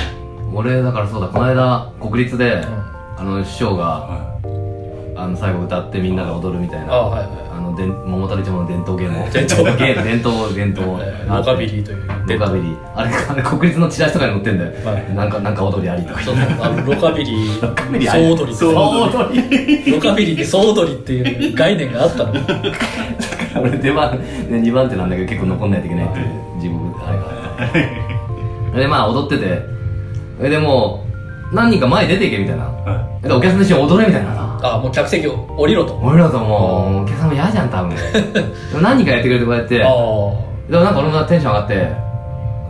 Speaker 2: 俺だからそうだこの間国立で、あの師匠が
Speaker 3: は
Speaker 2: あの最後歌ってみんなが踊るみたい
Speaker 1: あ
Speaker 2: な
Speaker 1: あはいはい
Speaker 2: あのでん桃太郎町の伝統芸能
Speaker 1: 伝統
Speaker 2: 芸伝統伝
Speaker 1: *laughs*
Speaker 2: 統
Speaker 1: えーロカビリーという
Speaker 2: ロカビリーあれあれ国立のチラシとかに載ってんだよ、
Speaker 1: はい
Speaker 2: なんかなんか踊りありとか *laughs*
Speaker 1: そうそうあのロカビリー
Speaker 2: カビリーあり
Speaker 1: 総踊りって
Speaker 2: そ
Speaker 3: 総
Speaker 2: う
Speaker 1: ロ
Speaker 2: 踊り
Speaker 1: カビリーに総踊りっていう概念があ
Speaker 2: *laughs*
Speaker 1: ったのあ
Speaker 2: *laughs* 俺出番、ね、2番手なんだけど結構残んないといけないっていう地獄あれがでまあ踊っててえでもう何人か前に出ていけみたいな
Speaker 3: は
Speaker 2: でお客さんと一緒に踊れみたいなさ
Speaker 1: もう客席を降りろと
Speaker 2: 俺らともうお客さんも嫌じゃん多 *laughs* 分でも何人かやってくれてこうやって
Speaker 1: あ
Speaker 2: でもなんか俺もテンション上がって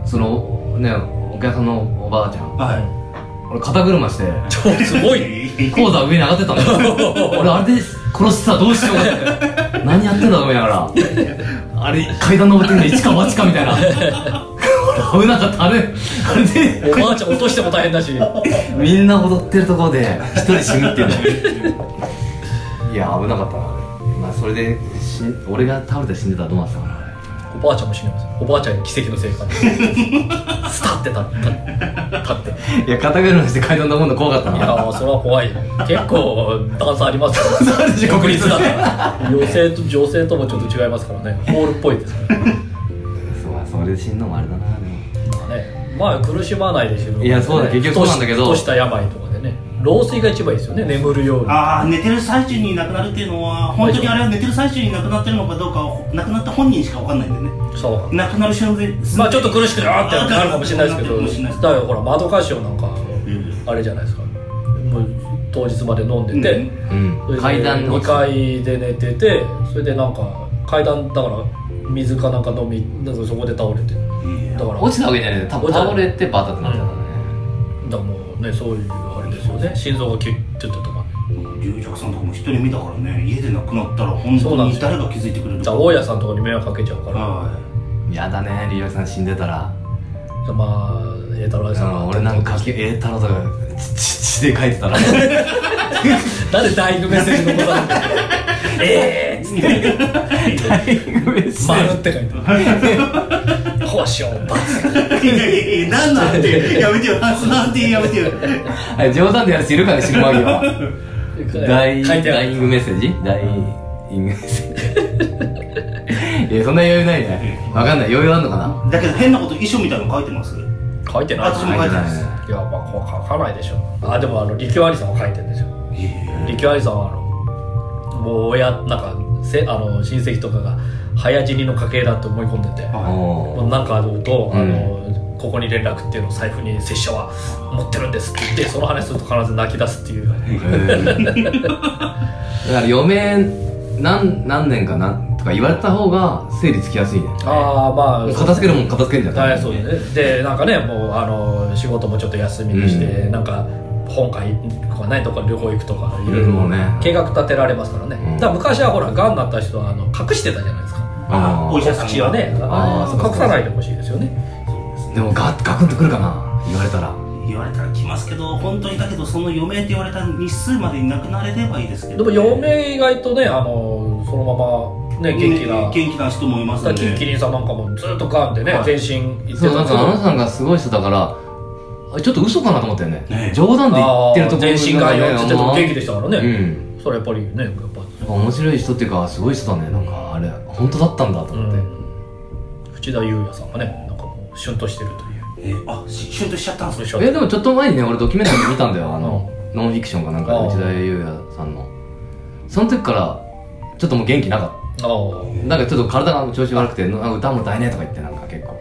Speaker 2: そのねお客さんのおばあちゃん
Speaker 3: いはい
Speaker 2: 俺肩車して
Speaker 1: あ超すごいね
Speaker 2: 講座上に上がってったんだ *laughs* よ俺あれで殺してたらどうしようかって何やってんだと思いながらあれ階段登ってくるの一か八かみた *laughs* いな俺危なかったあれあれで
Speaker 1: おばあちゃん落としても大変だし
Speaker 2: みんな踊ってるところで一人死ぬっていうのいや危なかったなあれまあそれで死ん俺が倒れて死んでたらどうなってたかな
Speaker 1: おばあちゃんも死にますおばあちゃんに奇跡の生活スタって立った立って
Speaker 2: いや、肩車して階段登るの怖かった
Speaker 1: いや
Speaker 2: な。
Speaker 1: ーそれは怖い結構段差ありますよ
Speaker 2: るでしょ
Speaker 1: 国立だ
Speaker 2: *laughs*
Speaker 1: から女性と女性ともちょっと違いますからねホールっぽいですからね
Speaker 2: そう、それで死ぬのもあれだな。
Speaker 1: まあ苦しまないでしょ
Speaker 2: いやそうだ結局そうなんだけど
Speaker 1: ふとしふとした病とかでね老衰が一番いいですよね眠るように
Speaker 3: ああ寝てる最中に亡くなるっていうのは本当にあれは寝てる最中に亡くなってるのかどうかは亡くなった本人しか分かんないんでね
Speaker 1: そう
Speaker 3: 亡くなる瞬間
Speaker 1: まあちょっと苦しくてあーってなるかもしれないですけど
Speaker 3: なるかもしれないです
Speaker 1: だからほら窓歌唱なんか
Speaker 3: ん
Speaker 1: あれじゃないですかもう当日まで飲んでて、
Speaker 3: うん
Speaker 2: うん。階段
Speaker 1: 2。
Speaker 2: の
Speaker 1: 階で寝ててそれでなんか階段だから水かなんか飲みなんかそこで倒れてだから
Speaker 2: 落ちたわけじゃないで、多分倒れてバタってなっちゃったね。
Speaker 1: だからもうねそういうあれですよね心臓がキュッて止まる
Speaker 3: 龍尺さんとかも一人見たからね家で亡くなったら本
Speaker 1: そうな
Speaker 3: 当
Speaker 1: んです
Speaker 3: に
Speaker 1: よ
Speaker 3: 誰が気づいてくれる
Speaker 1: じゃあ大家さんとかに迷惑かけちゃうから
Speaker 3: は
Speaker 2: やだね、リオさん死んでたら。
Speaker 1: まあ栄太郎
Speaker 2: う
Speaker 1: さん
Speaker 2: ん
Speaker 1: が
Speaker 2: 俺な
Speaker 1: *laughs*
Speaker 2: んか、え太郎とか、ちち血で書いてたら。
Speaker 1: なんで大工メッセージ残
Speaker 2: *laughs*
Speaker 1: さなくええーっつって「丸」って書いてある「保証罰
Speaker 3: いいやいやいやなんなんてやめてよなんてやめてよ
Speaker 2: あれ冗談でやる人いるからね、死ぬ間際。」
Speaker 1: *laughs*
Speaker 2: ダイ
Speaker 1: 書いてあ
Speaker 2: ダイイ
Speaker 1: る
Speaker 2: ングメッセージダイイングメッセー *laughs* ジ。いや、そんな余裕ないね。わかんない。余裕あんのかな
Speaker 3: だけど変なこと遺書みたいなの書いてます
Speaker 1: 書いてない
Speaker 3: あ私も書いてないです
Speaker 1: いやまあこう書かないでしょあでもあの力ョアリさんは書いてるんですよ力ョアリさんはあのもう親なんかせあの親戚とかが早死にの家系だって思い込んでて
Speaker 3: は
Speaker 2: お
Speaker 1: もうなんかあのと、あのここに連絡っていうのを財布に拙者は持ってるんですって言ってその話すると必ず泣き出すっていう
Speaker 2: だから余命何何年かなとか言われた方が整理つきやすいね
Speaker 1: ああまあ
Speaker 2: もう片付けるもん片付けるんじゃん
Speaker 1: はい、そうですねでなんかねもうあの仕事もちょっと休みにして、
Speaker 2: う
Speaker 1: なんか本会とかねとか旅行行くとかい
Speaker 2: い
Speaker 1: ろ
Speaker 2: ろ
Speaker 1: い
Speaker 2: い
Speaker 1: ろ
Speaker 2: ろもうね
Speaker 1: 計画立てられますからね、
Speaker 2: うん
Speaker 1: だから昔はほらがんになった人はあの隠してたじゃないですか
Speaker 2: あ
Speaker 3: お医
Speaker 2: あ
Speaker 3: 者さん
Speaker 1: 口はね
Speaker 2: あーそうか
Speaker 1: 隠さないでほしいですよね
Speaker 2: でもガガクンとくるかな言われたら
Speaker 3: 言われたら来ますけど本当にだけどその余命って言われた日数までになくなれればいいですけ
Speaker 1: で
Speaker 3: ど
Speaker 1: も余命意外とねあのそのままね元気な、
Speaker 3: ね元気な人もいます
Speaker 1: だ
Speaker 3: ん
Speaker 1: からキンキ
Speaker 3: で
Speaker 1: リンさんなんかもずっとがんでね、
Speaker 2: はい
Speaker 1: 全身いって
Speaker 2: そう
Speaker 1: た
Speaker 2: なん
Speaker 1: んです
Speaker 2: か
Speaker 1: け
Speaker 2: あな
Speaker 1: ど
Speaker 2: たさんがすごい人だからあちょっと嘘かなと思ったよね
Speaker 3: ね
Speaker 2: 冗談で言ってるとこ
Speaker 1: あー全身がんよって言ってても元気
Speaker 2: で
Speaker 1: でしたから
Speaker 2: う
Speaker 1: ね、
Speaker 2: ん
Speaker 1: それやっぱりねやっぱ
Speaker 2: なんか面白い人っていうかすごい人だねなんかあれ本当だったんだと思って、
Speaker 1: 淵田裕也さんがねなんかもうシュンとしてるという
Speaker 3: えーあしシュンとしちゃったんですね
Speaker 1: そ
Speaker 2: え
Speaker 1: れ
Speaker 2: でもちょっと前にね俺ドキュメンタリー見たんだよあの、ノンフィクションかなんかで
Speaker 1: ああ
Speaker 2: 内田裕也さんのその時からちょっともう元気なかっ
Speaker 1: ああ
Speaker 2: たなんかちょっと体が調子悪くてなんか歌も歌えねえとか言ってなんか結構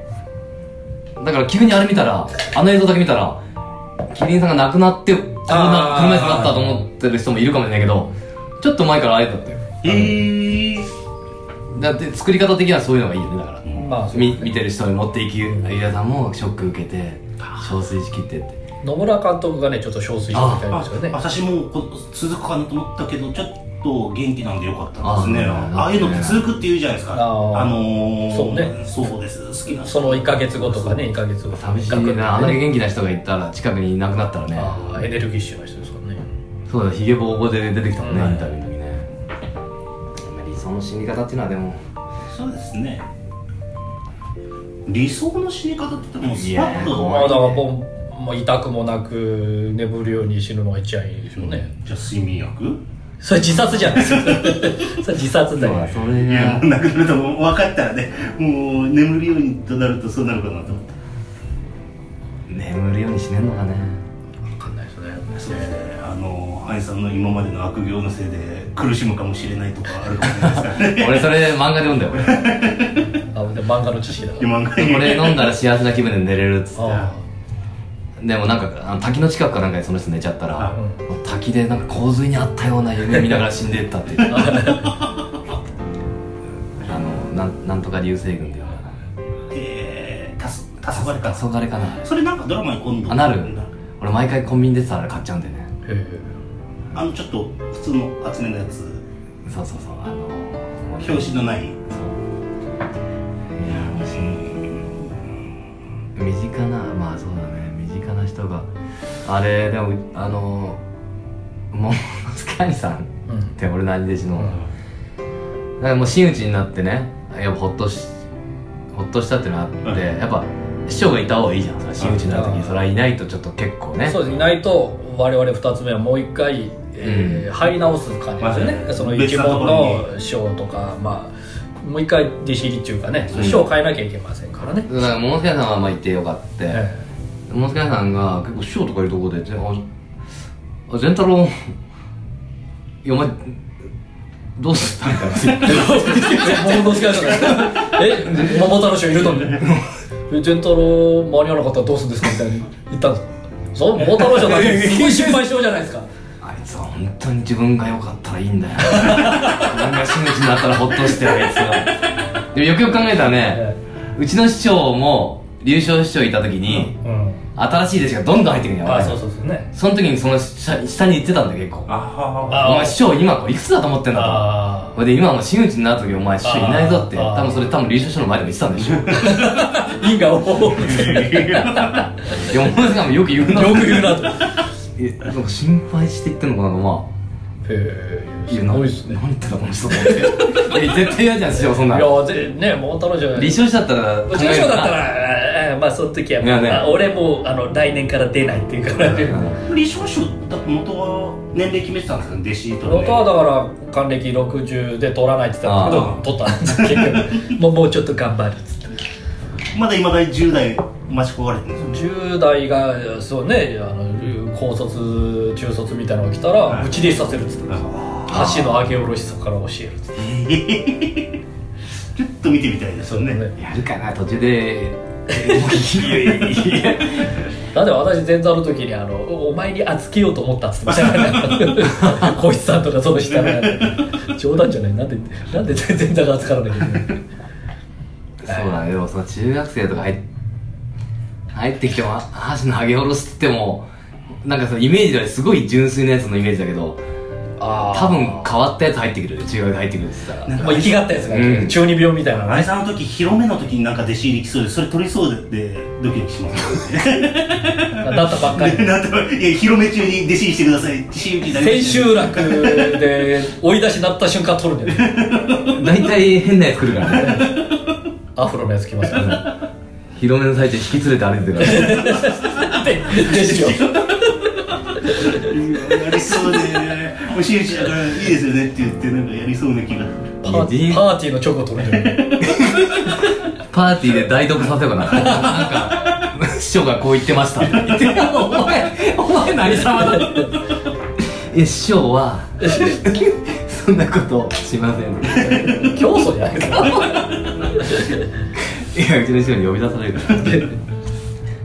Speaker 2: だから急にあれ見たらあの映像だけ見たらキリンさんが亡くなってこんな
Speaker 1: ああ
Speaker 2: 車椅子だったと思ってる人もいるかもしれないけどちょっと前からあれだったよ
Speaker 3: えー、
Speaker 2: だって作り方的にはそういうのがいいよねだから
Speaker 1: まあそう
Speaker 2: み見てる人に持っていき裕也さんもショック受けて憔悴しきってって
Speaker 1: 野村監督がねちょっと憔悴してみたいなん
Speaker 3: あ
Speaker 1: ですよね
Speaker 3: 私もこ続くかなと思ったけどちょっと元気なんでよかったですね
Speaker 2: あ
Speaker 3: あ
Speaker 2: ー
Speaker 3: あいうのって続くって言うじゃないですか
Speaker 1: あー
Speaker 3: のー、
Speaker 1: そうね
Speaker 3: そうです好きな人
Speaker 1: その1か月後とかね1か月後
Speaker 2: 寂しいな、あんだけ
Speaker 1: ね
Speaker 2: 元気な人がいたら近くにいなくなったらね
Speaker 1: ああエネルギッシュな人ですからね
Speaker 2: そうだヒゲボーボーで出てきたもんね、
Speaker 1: うん
Speaker 2: インタビューの時ね理想の死に方っていうのはでも
Speaker 3: そうですね理想の死に方って言ってもうスパッ
Speaker 2: いや
Speaker 1: ま
Speaker 2: ー
Speaker 3: と
Speaker 1: あ
Speaker 2: 怖いね
Speaker 1: だからもうもう痛くもなく眠るように死ぬのが一番いいでしょうね
Speaker 3: じゃあ睡眠薬
Speaker 1: それ自殺じゃないですかそれ自殺だよ
Speaker 2: それ
Speaker 3: いや
Speaker 2: が
Speaker 3: もう亡くなるともう分かったらねもう眠るようにとなるとそうなるかなと思って
Speaker 2: 眠るように死ねんのかね
Speaker 1: 分かんないですね
Speaker 3: そうですねあのハイさんの今までの悪行のせいで苦しむかもしれないとかあるかもしれないですから *laughs* ね
Speaker 2: 俺それ漫画で読ん *laughs* だよ俺
Speaker 1: あでも漫画の知識だから
Speaker 3: 今考え
Speaker 2: これ飲んだら幸せな気分で寝れるっつって
Speaker 1: あ
Speaker 2: でもなんかあの滝の近くかなんかでその人寝ちゃったら、
Speaker 1: あ
Speaker 3: は
Speaker 2: もう滝でなんか洪水にあったような夢見ながら死んでった *laughs* っていうあのなんなんとか流星群でよかな
Speaker 3: えーたすたそがれ
Speaker 2: 黄
Speaker 3: た
Speaker 2: 昏かな
Speaker 3: それなんかドラマに今度
Speaker 2: あなる俺毎回コンビニ出てたら買っちゃうんだよね
Speaker 1: へえ
Speaker 3: あのちょっと普通の厚めのやつ
Speaker 2: そうそうそうあの
Speaker 3: 表紙のない
Speaker 2: 身近なまあそうだね身近な人があれでもあのもうスカイさんっ
Speaker 1: うん
Speaker 2: て俺の兄弟子の、だからもう真打ちになってねやっぱほっとしほっとしたっていうのがあって、
Speaker 3: う
Speaker 2: やっぱ師匠がいた方がいいじゃんそれは真打ちになる時
Speaker 1: う
Speaker 2: に
Speaker 1: ん
Speaker 2: それはいないとちょっと結構ね
Speaker 1: そうですいないと我々2つ目はもう一回、えー入り直す感じですよね、
Speaker 3: まあ
Speaker 1: その一門の師匠とかまあもう一回弟子入りっていうかね、師匠を変えなきゃいけませんからね、
Speaker 2: だから桃塚さんはまあ行ってよかって、
Speaker 1: え
Speaker 2: 桃塚さんが結構師匠とかいうところで「ああ善太郎いやお前どうした?」みたいな *laughs*
Speaker 1: えもうどうし *laughs* え桃太郎師匠いる *laughs* のにえ善太郎間に合わなかったらどうするんですかみたいに言ったんですそう桃太郎師匠だ *laughs* けすごい心配性じゃないですか
Speaker 2: あいつは本当に自分が良かったらいいんだよ *laughs* 自分が真打ちになったらほっとしてあいつはでもよくよく考えたらね
Speaker 1: え
Speaker 2: うちの師匠も優勝師匠いた時に、
Speaker 1: うん
Speaker 2: 新しい弟子がどんどん入ってくるんじゃ
Speaker 1: あ
Speaker 2: ん
Speaker 1: そうそうそうね
Speaker 2: その時にその下下に行ってたんだよ結構
Speaker 3: あ
Speaker 1: あ
Speaker 2: お前師匠今これいくつだと思ってんだと
Speaker 1: あ
Speaker 2: これで今もう真打ちになる時お前師匠いないぞって
Speaker 1: あー
Speaker 2: 多分それ多分優勝師匠の前でも言ってたんでし
Speaker 1: あ因果をよ *laughs*
Speaker 2: ょでも思い出がよく言うな
Speaker 1: く言うなと
Speaker 2: えなんか心配して言ってんのかなまあ
Speaker 1: *laughs* へえすごいですね
Speaker 2: 何言ってたこの人と思っ
Speaker 1: *laughs*
Speaker 2: てえ絶対嫌じゃん師匠そんない
Speaker 1: やでね桃太郎じゃ
Speaker 2: 理想師だったら
Speaker 1: うちの師匠だったらえーまあその時は、
Speaker 2: いやね
Speaker 1: あ俺もうあの来年から出ないっていうから
Speaker 3: 李承師匠だって元は年齢決めてたんですか弟子とね
Speaker 1: 僕はだから還暦60で取らないって言ってたんだけど取ったんですけど
Speaker 2: *laughs*
Speaker 1: もうもうちょっと頑張るっつって
Speaker 3: まだいまだに10代待ち焦がれてるんですよね
Speaker 1: 10代がそうねあの高卒中卒みたいなのが来たら
Speaker 3: い
Speaker 1: 打ち出しさせるっつって箸の上げ下ろしさから教えるっつって
Speaker 3: ちょっと見てみたいですよね
Speaker 1: ね
Speaker 2: やるかな途中でいやいやいやいや
Speaker 1: なんで私前座の時にあの「お前に預けようと思った」っつってましたから
Speaker 2: *laughs*
Speaker 1: ねこいつさんとかその人が冗談じゃないなんでなんで前座が預からなきゃいけない
Speaker 2: そうだねでもその中学生とか入っ入ってきてもあ箸の上げ下ろしって言ってもなんかそのイメージはすごい純粋なやつのイメージだけど
Speaker 1: あ
Speaker 2: 多分変わったやつ入ってくる中学入ってくるって言ったら
Speaker 1: もう生きがったやつが、
Speaker 2: うん
Speaker 1: 中二病みたいな
Speaker 3: あ
Speaker 1: ね
Speaker 3: れさんの時広めの時になんか弟子入りきそうでそれ取りそうでドキドキしますよね
Speaker 1: だったばっかり
Speaker 3: *laughs* なんかいや広め中に弟子入りしてください弟子入りになりま
Speaker 1: 千
Speaker 3: したね
Speaker 1: 秋楽で追い出しなった瞬間撮るんだよね
Speaker 2: 大体変なやつ来るからね
Speaker 1: アフロのやつ来ますからね
Speaker 2: 広めの最中引き連れて歩いてるからね
Speaker 1: でですよ
Speaker 3: やりそうで、もう真摯だからいいですよねって言って、なんかやりそうな気が。
Speaker 1: パーティーパーティーのチョコ取るんだよね
Speaker 2: パーティーで代読させようかななんか師匠がこう言ってましたって言ってお前お前何様だいや師匠はそんなことしません
Speaker 1: 競争じゃないですか
Speaker 2: いやうちの師匠に呼び出されるから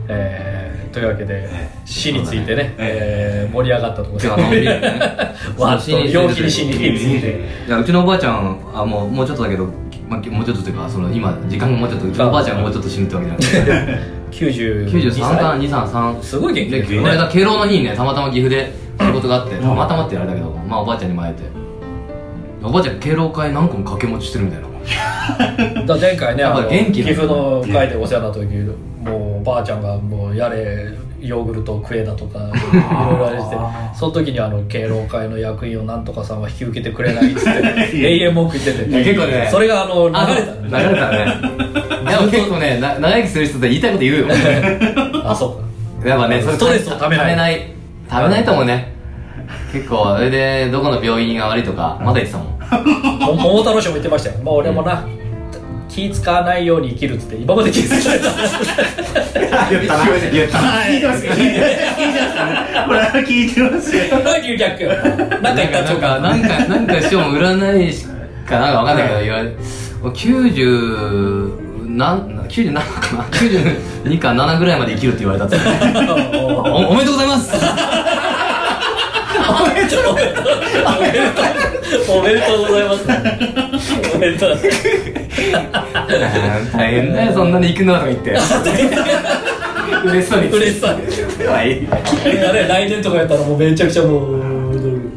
Speaker 1: えーというわけで死についてね、えー盛り上がったところで
Speaker 2: 今日はのんびりね
Speaker 1: わっと陽気に死について
Speaker 2: いやうちのおばあちゃんあもうもうちょっとだけど、まあ、もうちょっとというかその今時間がもうちょっとうちのおばあちゃんがもうちょっと死ぬってわけじゃなくて
Speaker 1: 92
Speaker 2: 93か
Speaker 1: 歳
Speaker 2: 233
Speaker 1: すごい元気
Speaker 2: で
Speaker 1: で
Speaker 2: こ
Speaker 1: すよ
Speaker 2: の
Speaker 1: ね
Speaker 2: 間敬老の日にねたまたま岐阜で仕事があってたまたまって言われたけどまあおばあちゃんにも会えておばあちゃん敬老会何個も掛け持ちしてるみたいな
Speaker 1: だ前回ね
Speaker 2: やっぱ
Speaker 1: あの
Speaker 2: 元
Speaker 1: 岐
Speaker 2: 気なんだ
Speaker 1: 阜の会でお世話になった時もうばあちゃんがもうやれヨーグルトを食えだとかいろいろあれしてその時にあの敬老会の役員をなんとかさんは引き受けてくれないっつって
Speaker 2: *laughs*
Speaker 1: 永遠文句言ってて
Speaker 2: 結構ね
Speaker 1: それがあの流れた
Speaker 2: *laughs* 流れ
Speaker 1: *laughs*
Speaker 2: たねでも結構ねな長生きする人って言いたいこと言うよ
Speaker 1: あそう
Speaker 2: やっぱねそれ
Speaker 1: ストレスをためない
Speaker 2: ためないためないと思うね結構それでどこの病院が悪いとかまだ言ってたもん
Speaker 1: かも桃太郎氏も言ってましたよまあ俺もな気使わないように生きるっつって今まで気使われた
Speaker 3: 言ったな。
Speaker 2: 言ったな
Speaker 3: 聞いてますよ。聞いてますよ。これは聞いてますよ。
Speaker 1: 龍脚なんか言った
Speaker 2: なん
Speaker 1: ちょう *laughs*
Speaker 2: か、
Speaker 1: か
Speaker 2: なんか、なんか、しかも占い師かなんかわかんないけど、言われ、90、なん、97かな ?92 か7ぐらいまで生きるって言われ
Speaker 1: *laughs*
Speaker 2: たって。おおめでとうございます
Speaker 1: おめでとうおめでとうございます
Speaker 2: *laughs*
Speaker 1: おめでとうございます
Speaker 2: 大変だよ、そんなに行くのとか言って。嬉しそ
Speaker 1: *laughs*
Speaker 2: うに。
Speaker 1: 嬉しそう
Speaker 2: に。はい。い
Speaker 1: あれ来年とかやったらもうめちゃくちゃもう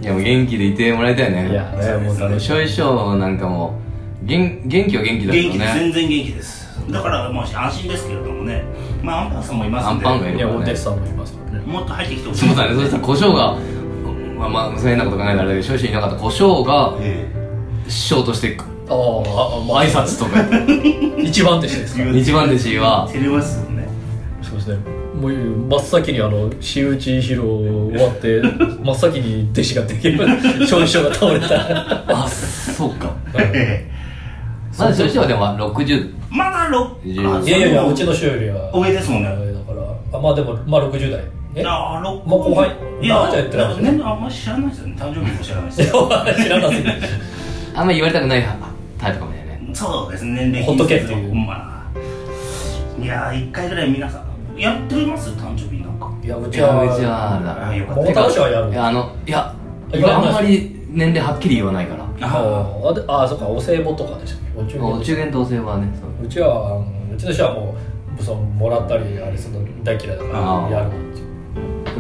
Speaker 2: や、もう元気でいてもらいたいね。
Speaker 1: いやねもう楽し
Speaker 2: 少々なんかもう、元元気は元気だけ
Speaker 3: 元
Speaker 2: ど
Speaker 3: 気です。
Speaker 2: ね。
Speaker 3: 全然元気です。だから、もう安心ですけれどもね。まあ、アンパンさんもいますんで。
Speaker 2: アンパンがい
Speaker 1: い
Speaker 2: る
Speaker 1: やお弟子さんもいますもんね
Speaker 3: もっと入ってきてほし
Speaker 2: そ
Speaker 3: い。
Speaker 2: うだね、そしたら胡椒が、まあまあ、そんな変なこと考えたらあれだけど、少々いなかった胡椒が、
Speaker 3: え
Speaker 2: 師匠として
Speaker 1: あああまあ
Speaker 2: 挨拶と
Speaker 1: *laughs*
Speaker 2: か
Speaker 1: 一番弟子ですか
Speaker 3: え。
Speaker 2: 一番弟子は
Speaker 3: 照れますよね。
Speaker 1: そうですねもう真っ先にあの仕打ち披露終わって真っ先に弟子ができ *laughs* る少々が倒れた
Speaker 2: あそうか
Speaker 3: ええ
Speaker 2: まだ師匠はでも60
Speaker 3: まだ六。
Speaker 2: い
Speaker 1: いやいやいやうちの師匠よりは
Speaker 3: 上ですもんね
Speaker 1: 上だからあまあでもまあ60代え
Speaker 3: ああ、六。
Speaker 1: もう後輩
Speaker 3: いや、
Speaker 1: あじゃあやってない
Speaker 3: ね、あんまり知らないですよね。誕生日も知らないですよ。
Speaker 1: 知らなすぎる
Speaker 2: あんまり言われたくないタイプかもしれないね
Speaker 3: そうですね、年齢
Speaker 1: ほっとけっていう
Speaker 3: まあ、いやー、一回ぐらい皆さん、やってます誕生日なんか。 *laughs*
Speaker 1: いやう
Speaker 2: い
Speaker 1: ち
Speaker 2: や
Speaker 1: は
Speaker 2: うちは
Speaker 3: あよか
Speaker 1: 桃
Speaker 3: った。
Speaker 1: 太郎氏はやる
Speaker 2: いやあのいや
Speaker 1: 言わ
Speaker 2: あ
Speaker 1: ない
Speaker 2: んまり年齢はっきり言わないから
Speaker 3: あ
Speaker 1: ああでああそっかお歳暮とかでしたっけお中
Speaker 2: お
Speaker 1: 元
Speaker 2: 中元同性はねそう
Speaker 1: うちはあのうちの人はもうそのもらったりあれするの大嫌いだか
Speaker 2: あ
Speaker 1: らや
Speaker 2: ー
Speaker 1: るんですよ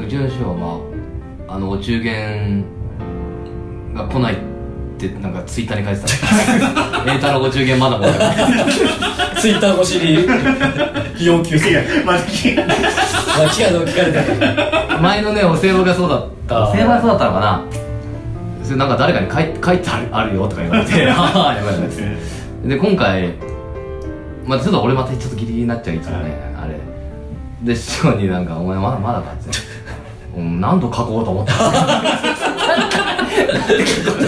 Speaker 2: うちの師匠はまああのお中元が来ないってなんかツイッターに書いて
Speaker 3: *laughs*
Speaker 2: た栄太郎お中元まだ来ない
Speaker 1: ツイッター越しに要求す
Speaker 3: い
Speaker 1: る
Speaker 3: や、まず、いや
Speaker 1: 間違いの聞かれたら
Speaker 2: 前のねお歳暮がそうだった
Speaker 1: あー
Speaker 2: お歳暮がそうだったのかなそれなんか誰かに書い書いてあるあるよとか言われてあ *laughs* あやばいやばいっつってで今回まあちょっと俺またちょっとギリギリになっちゃういつもねあれで師匠になんか「お前まだまだか」って「うん何度書こうと思ったの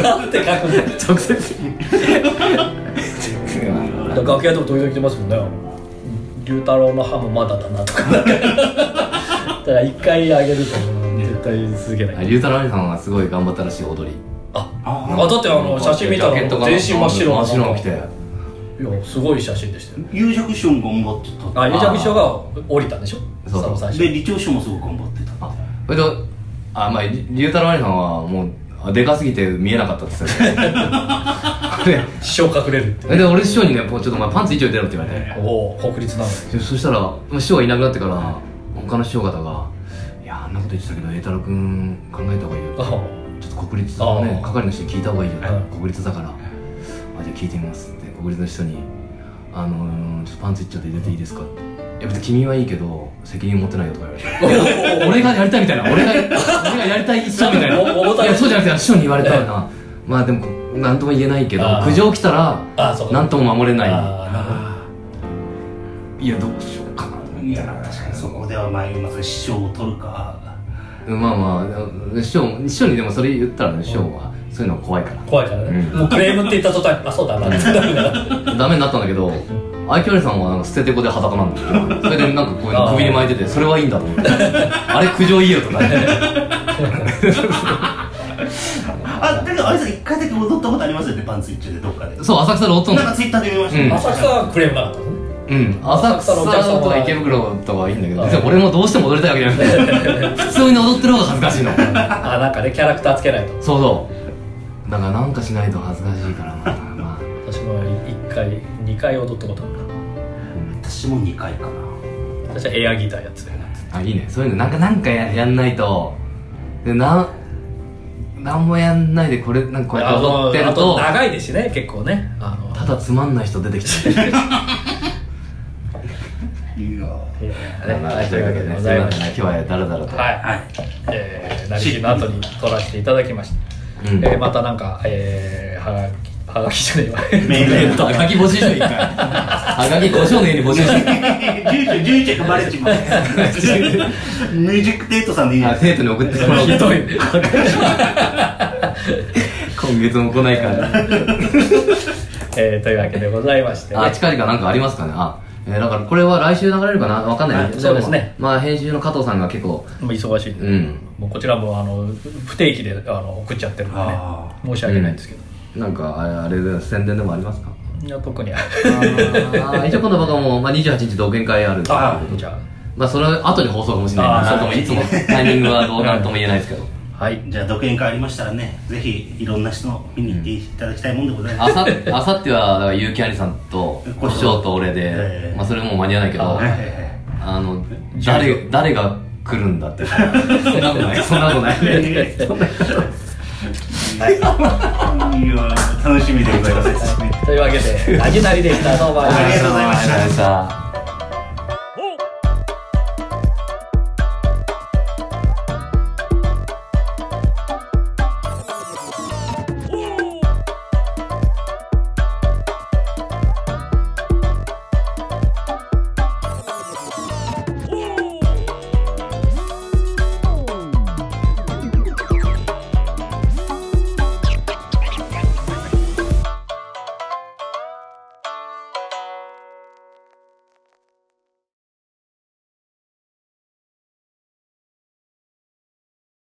Speaker 1: なんて書くんだよ
Speaker 2: 直 *laughs* 接
Speaker 1: だから楽屋でも時々来てますもんね龍太郎のハムまだだなとかなんかだから一回あげると絶対続けない
Speaker 2: 龍太郎兄さんはすごい頑張ったらしい踊り
Speaker 1: あ
Speaker 3: あ
Speaker 1: あだってあの写真見たら
Speaker 2: ジャケットが
Speaker 1: 全身真っ白
Speaker 2: 真っ白着て
Speaker 1: いやすごい写真でしたよ
Speaker 3: 有弱視音頑張ってた
Speaker 1: あ、癒着症が降りたんでしょ
Speaker 2: そう
Speaker 1: その最初
Speaker 3: で理長師もすごく頑張ってた
Speaker 2: それとあまあり龍太郎兄さんはもうあでかすぎて見えなかったって言ってたね
Speaker 1: *laughs* 師匠隠れるって
Speaker 2: でで俺師匠にね「もうちょっとお前パンツ一丁出ろ」って言われて
Speaker 1: おお国立なのに
Speaker 2: でそしたらまあ師匠がいなくなってから他の師匠方が「いやあんなこと言ってたけど栄太郎君考えた方がいいよ」
Speaker 1: あ
Speaker 2: ちょっと国立のね
Speaker 1: あー
Speaker 2: 係の人に聞いた方がいいよ、
Speaker 1: はい
Speaker 2: 国立だから、あじゃあ聞いてみますって国立の人に「あのー、ちょっとパンツいっちゃって出ていいですか?」って「いや別に君はいいけど責任持ってないよ」とか
Speaker 1: *laughs*
Speaker 2: 言われて「俺がやりたい」みたいな「俺が俺がやりたい一緒」みたいな
Speaker 1: お
Speaker 2: 「
Speaker 1: 重たい
Speaker 2: いやそうじゃなくて師匠に言われたらな」まあでも何とも言えないけど
Speaker 1: あー
Speaker 2: 苦情来たら
Speaker 1: ああそうか
Speaker 2: 何とも守れない
Speaker 1: あーなるほど
Speaker 2: いやどうしようかなみ
Speaker 3: い
Speaker 2: たい
Speaker 3: や
Speaker 2: な
Speaker 3: 確かにそこではまあまず師匠を取るか
Speaker 2: うんまあまあ師匠も師匠にでもそれ言ったらね師匠はそういうの怖いから
Speaker 1: 怖いからね、
Speaker 2: うん
Speaker 1: もうクレームって言った途端あそうだなってなるから
Speaker 2: ダメになったんだけど、アイキョレさんはなんか捨ててこで裸なんだよ。それでなんかこういうの首に巻いてて、それはいいんだと思って。あれ苦情いいよとかね。
Speaker 3: あだけどあれさ一回だけ踊ったことありますよねパンツ一丁でどっかで
Speaker 2: そう、浅草でおっとん
Speaker 3: なんか
Speaker 2: だ。
Speaker 3: ツイッターで見ました、
Speaker 2: うん
Speaker 1: 浅草はクレームなかったのね
Speaker 2: うん。浅草
Speaker 1: 浅草のお
Speaker 2: と
Speaker 1: 客様
Speaker 2: か
Speaker 1: が
Speaker 2: 池袋とかはいいんだけど、別に俺もどうしても踊りたいわけじゃな *laughs* くて、普通に踊ってる方が恥ずかしいの。
Speaker 1: あなんかねキャラクターつけないと
Speaker 2: そうそう。だからなんかしないと恥ずかしいから、まあまあ。
Speaker 1: 私も1回2回踊ったことある
Speaker 3: 私も2回かな
Speaker 1: な私はエアギターやってたよね
Speaker 2: あ、いいね。そういうの、なんか、なんかややんないと、で、なん、なんもやんないでこれ、なんかこうやって踊って
Speaker 1: あ
Speaker 2: る
Speaker 1: と
Speaker 2: と、
Speaker 1: 長いですしね結構ねあの
Speaker 2: ただつまんない人出てき *laughs* ちゃう。
Speaker 3: いや
Speaker 1: いや
Speaker 2: と
Speaker 1: いやね
Speaker 2: いうわけでね、
Speaker 1: ご
Speaker 2: す
Speaker 1: ざ
Speaker 2: い
Speaker 1: い
Speaker 2: ま
Speaker 1: ま
Speaker 2: せん
Speaker 1: し
Speaker 2: ね、 *laughs* 今日はだらだらと。。
Speaker 1: たはいい
Speaker 3: はい *laughs*
Speaker 1: えー、なりきりの後に撮らせていただきました、
Speaker 2: うん
Speaker 1: えーまたなんか、えー、はがきはがきじゃねえわ
Speaker 3: メール
Speaker 2: はがき募集しよう、一回。 *laughs* はがき5章の家に募集しよう。
Speaker 3: 住所住所バレちまうミュージックテートさ
Speaker 2: *laughs*
Speaker 3: んでいい
Speaker 2: あ
Speaker 3: です
Speaker 2: 生徒に送っても
Speaker 1: *laughs*
Speaker 2: らう
Speaker 1: ひどい *laughs*
Speaker 2: 今月も来ないから。
Speaker 1: えー、というわけでございまして、ね、
Speaker 2: あ、近々なんかありますかね。あ、えーだからこれは来週流れるかなわかんない
Speaker 1: あそうですね。
Speaker 2: まあ、編集の加藤さんが結構、
Speaker 1: もう忙しいんで、
Speaker 2: うん
Speaker 1: もうこちらもあの不定期であの送っちゃってるんでね
Speaker 3: あ
Speaker 1: 申し訳ないんですけど、
Speaker 2: なんか、あれ、あれで宣伝でもありますか
Speaker 1: いや特に
Speaker 2: あー *laughs* 一応今度僕はもう、まあ、28日同研会あるん
Speaker 1: *laughs*
Speaker 2: で
Speaker 1: あじゃ
Speaker 2: まあ、その後に放送かもしれない
Speaker 1: あー
Speaker 2: それともいつも *laughs* タイミングはどうなんとも言えないですけど。
Speaker 1: あはい
Speaker 3: じゃあ独演会ありましたらねぜひいろんな人の見に行っていただきたいもんでございま
Speaker 2: あ
Speaker 3: す、
Speaker 2: さあさってはだから結城兄さんと
Speaker 3: ご
Speaker 2: ご
Speaker 3: 師
Speaker 2: 師
Speaker 3: 匠
Speaker 2: 匠と俺で、
Speaker 3: ええ
Speaker 2: まあ、それもう間に合わないけど
Speaker 1: あ
Speaker 2: あ
Speaker 1: はい
Speaker 2: の
Speaker 1: 十分
Speaker 2: 誰誰が来るんだってそんなことないそんなこと
Speaker 3: *laughs*
Speaker 2: ない
Speaker 3: いやいやいや楽しみでございます。
Speaker 1: *laughs* というわけで「なぎなり」でしたどうもありがとうございました
Speaker 2: ありがとうございました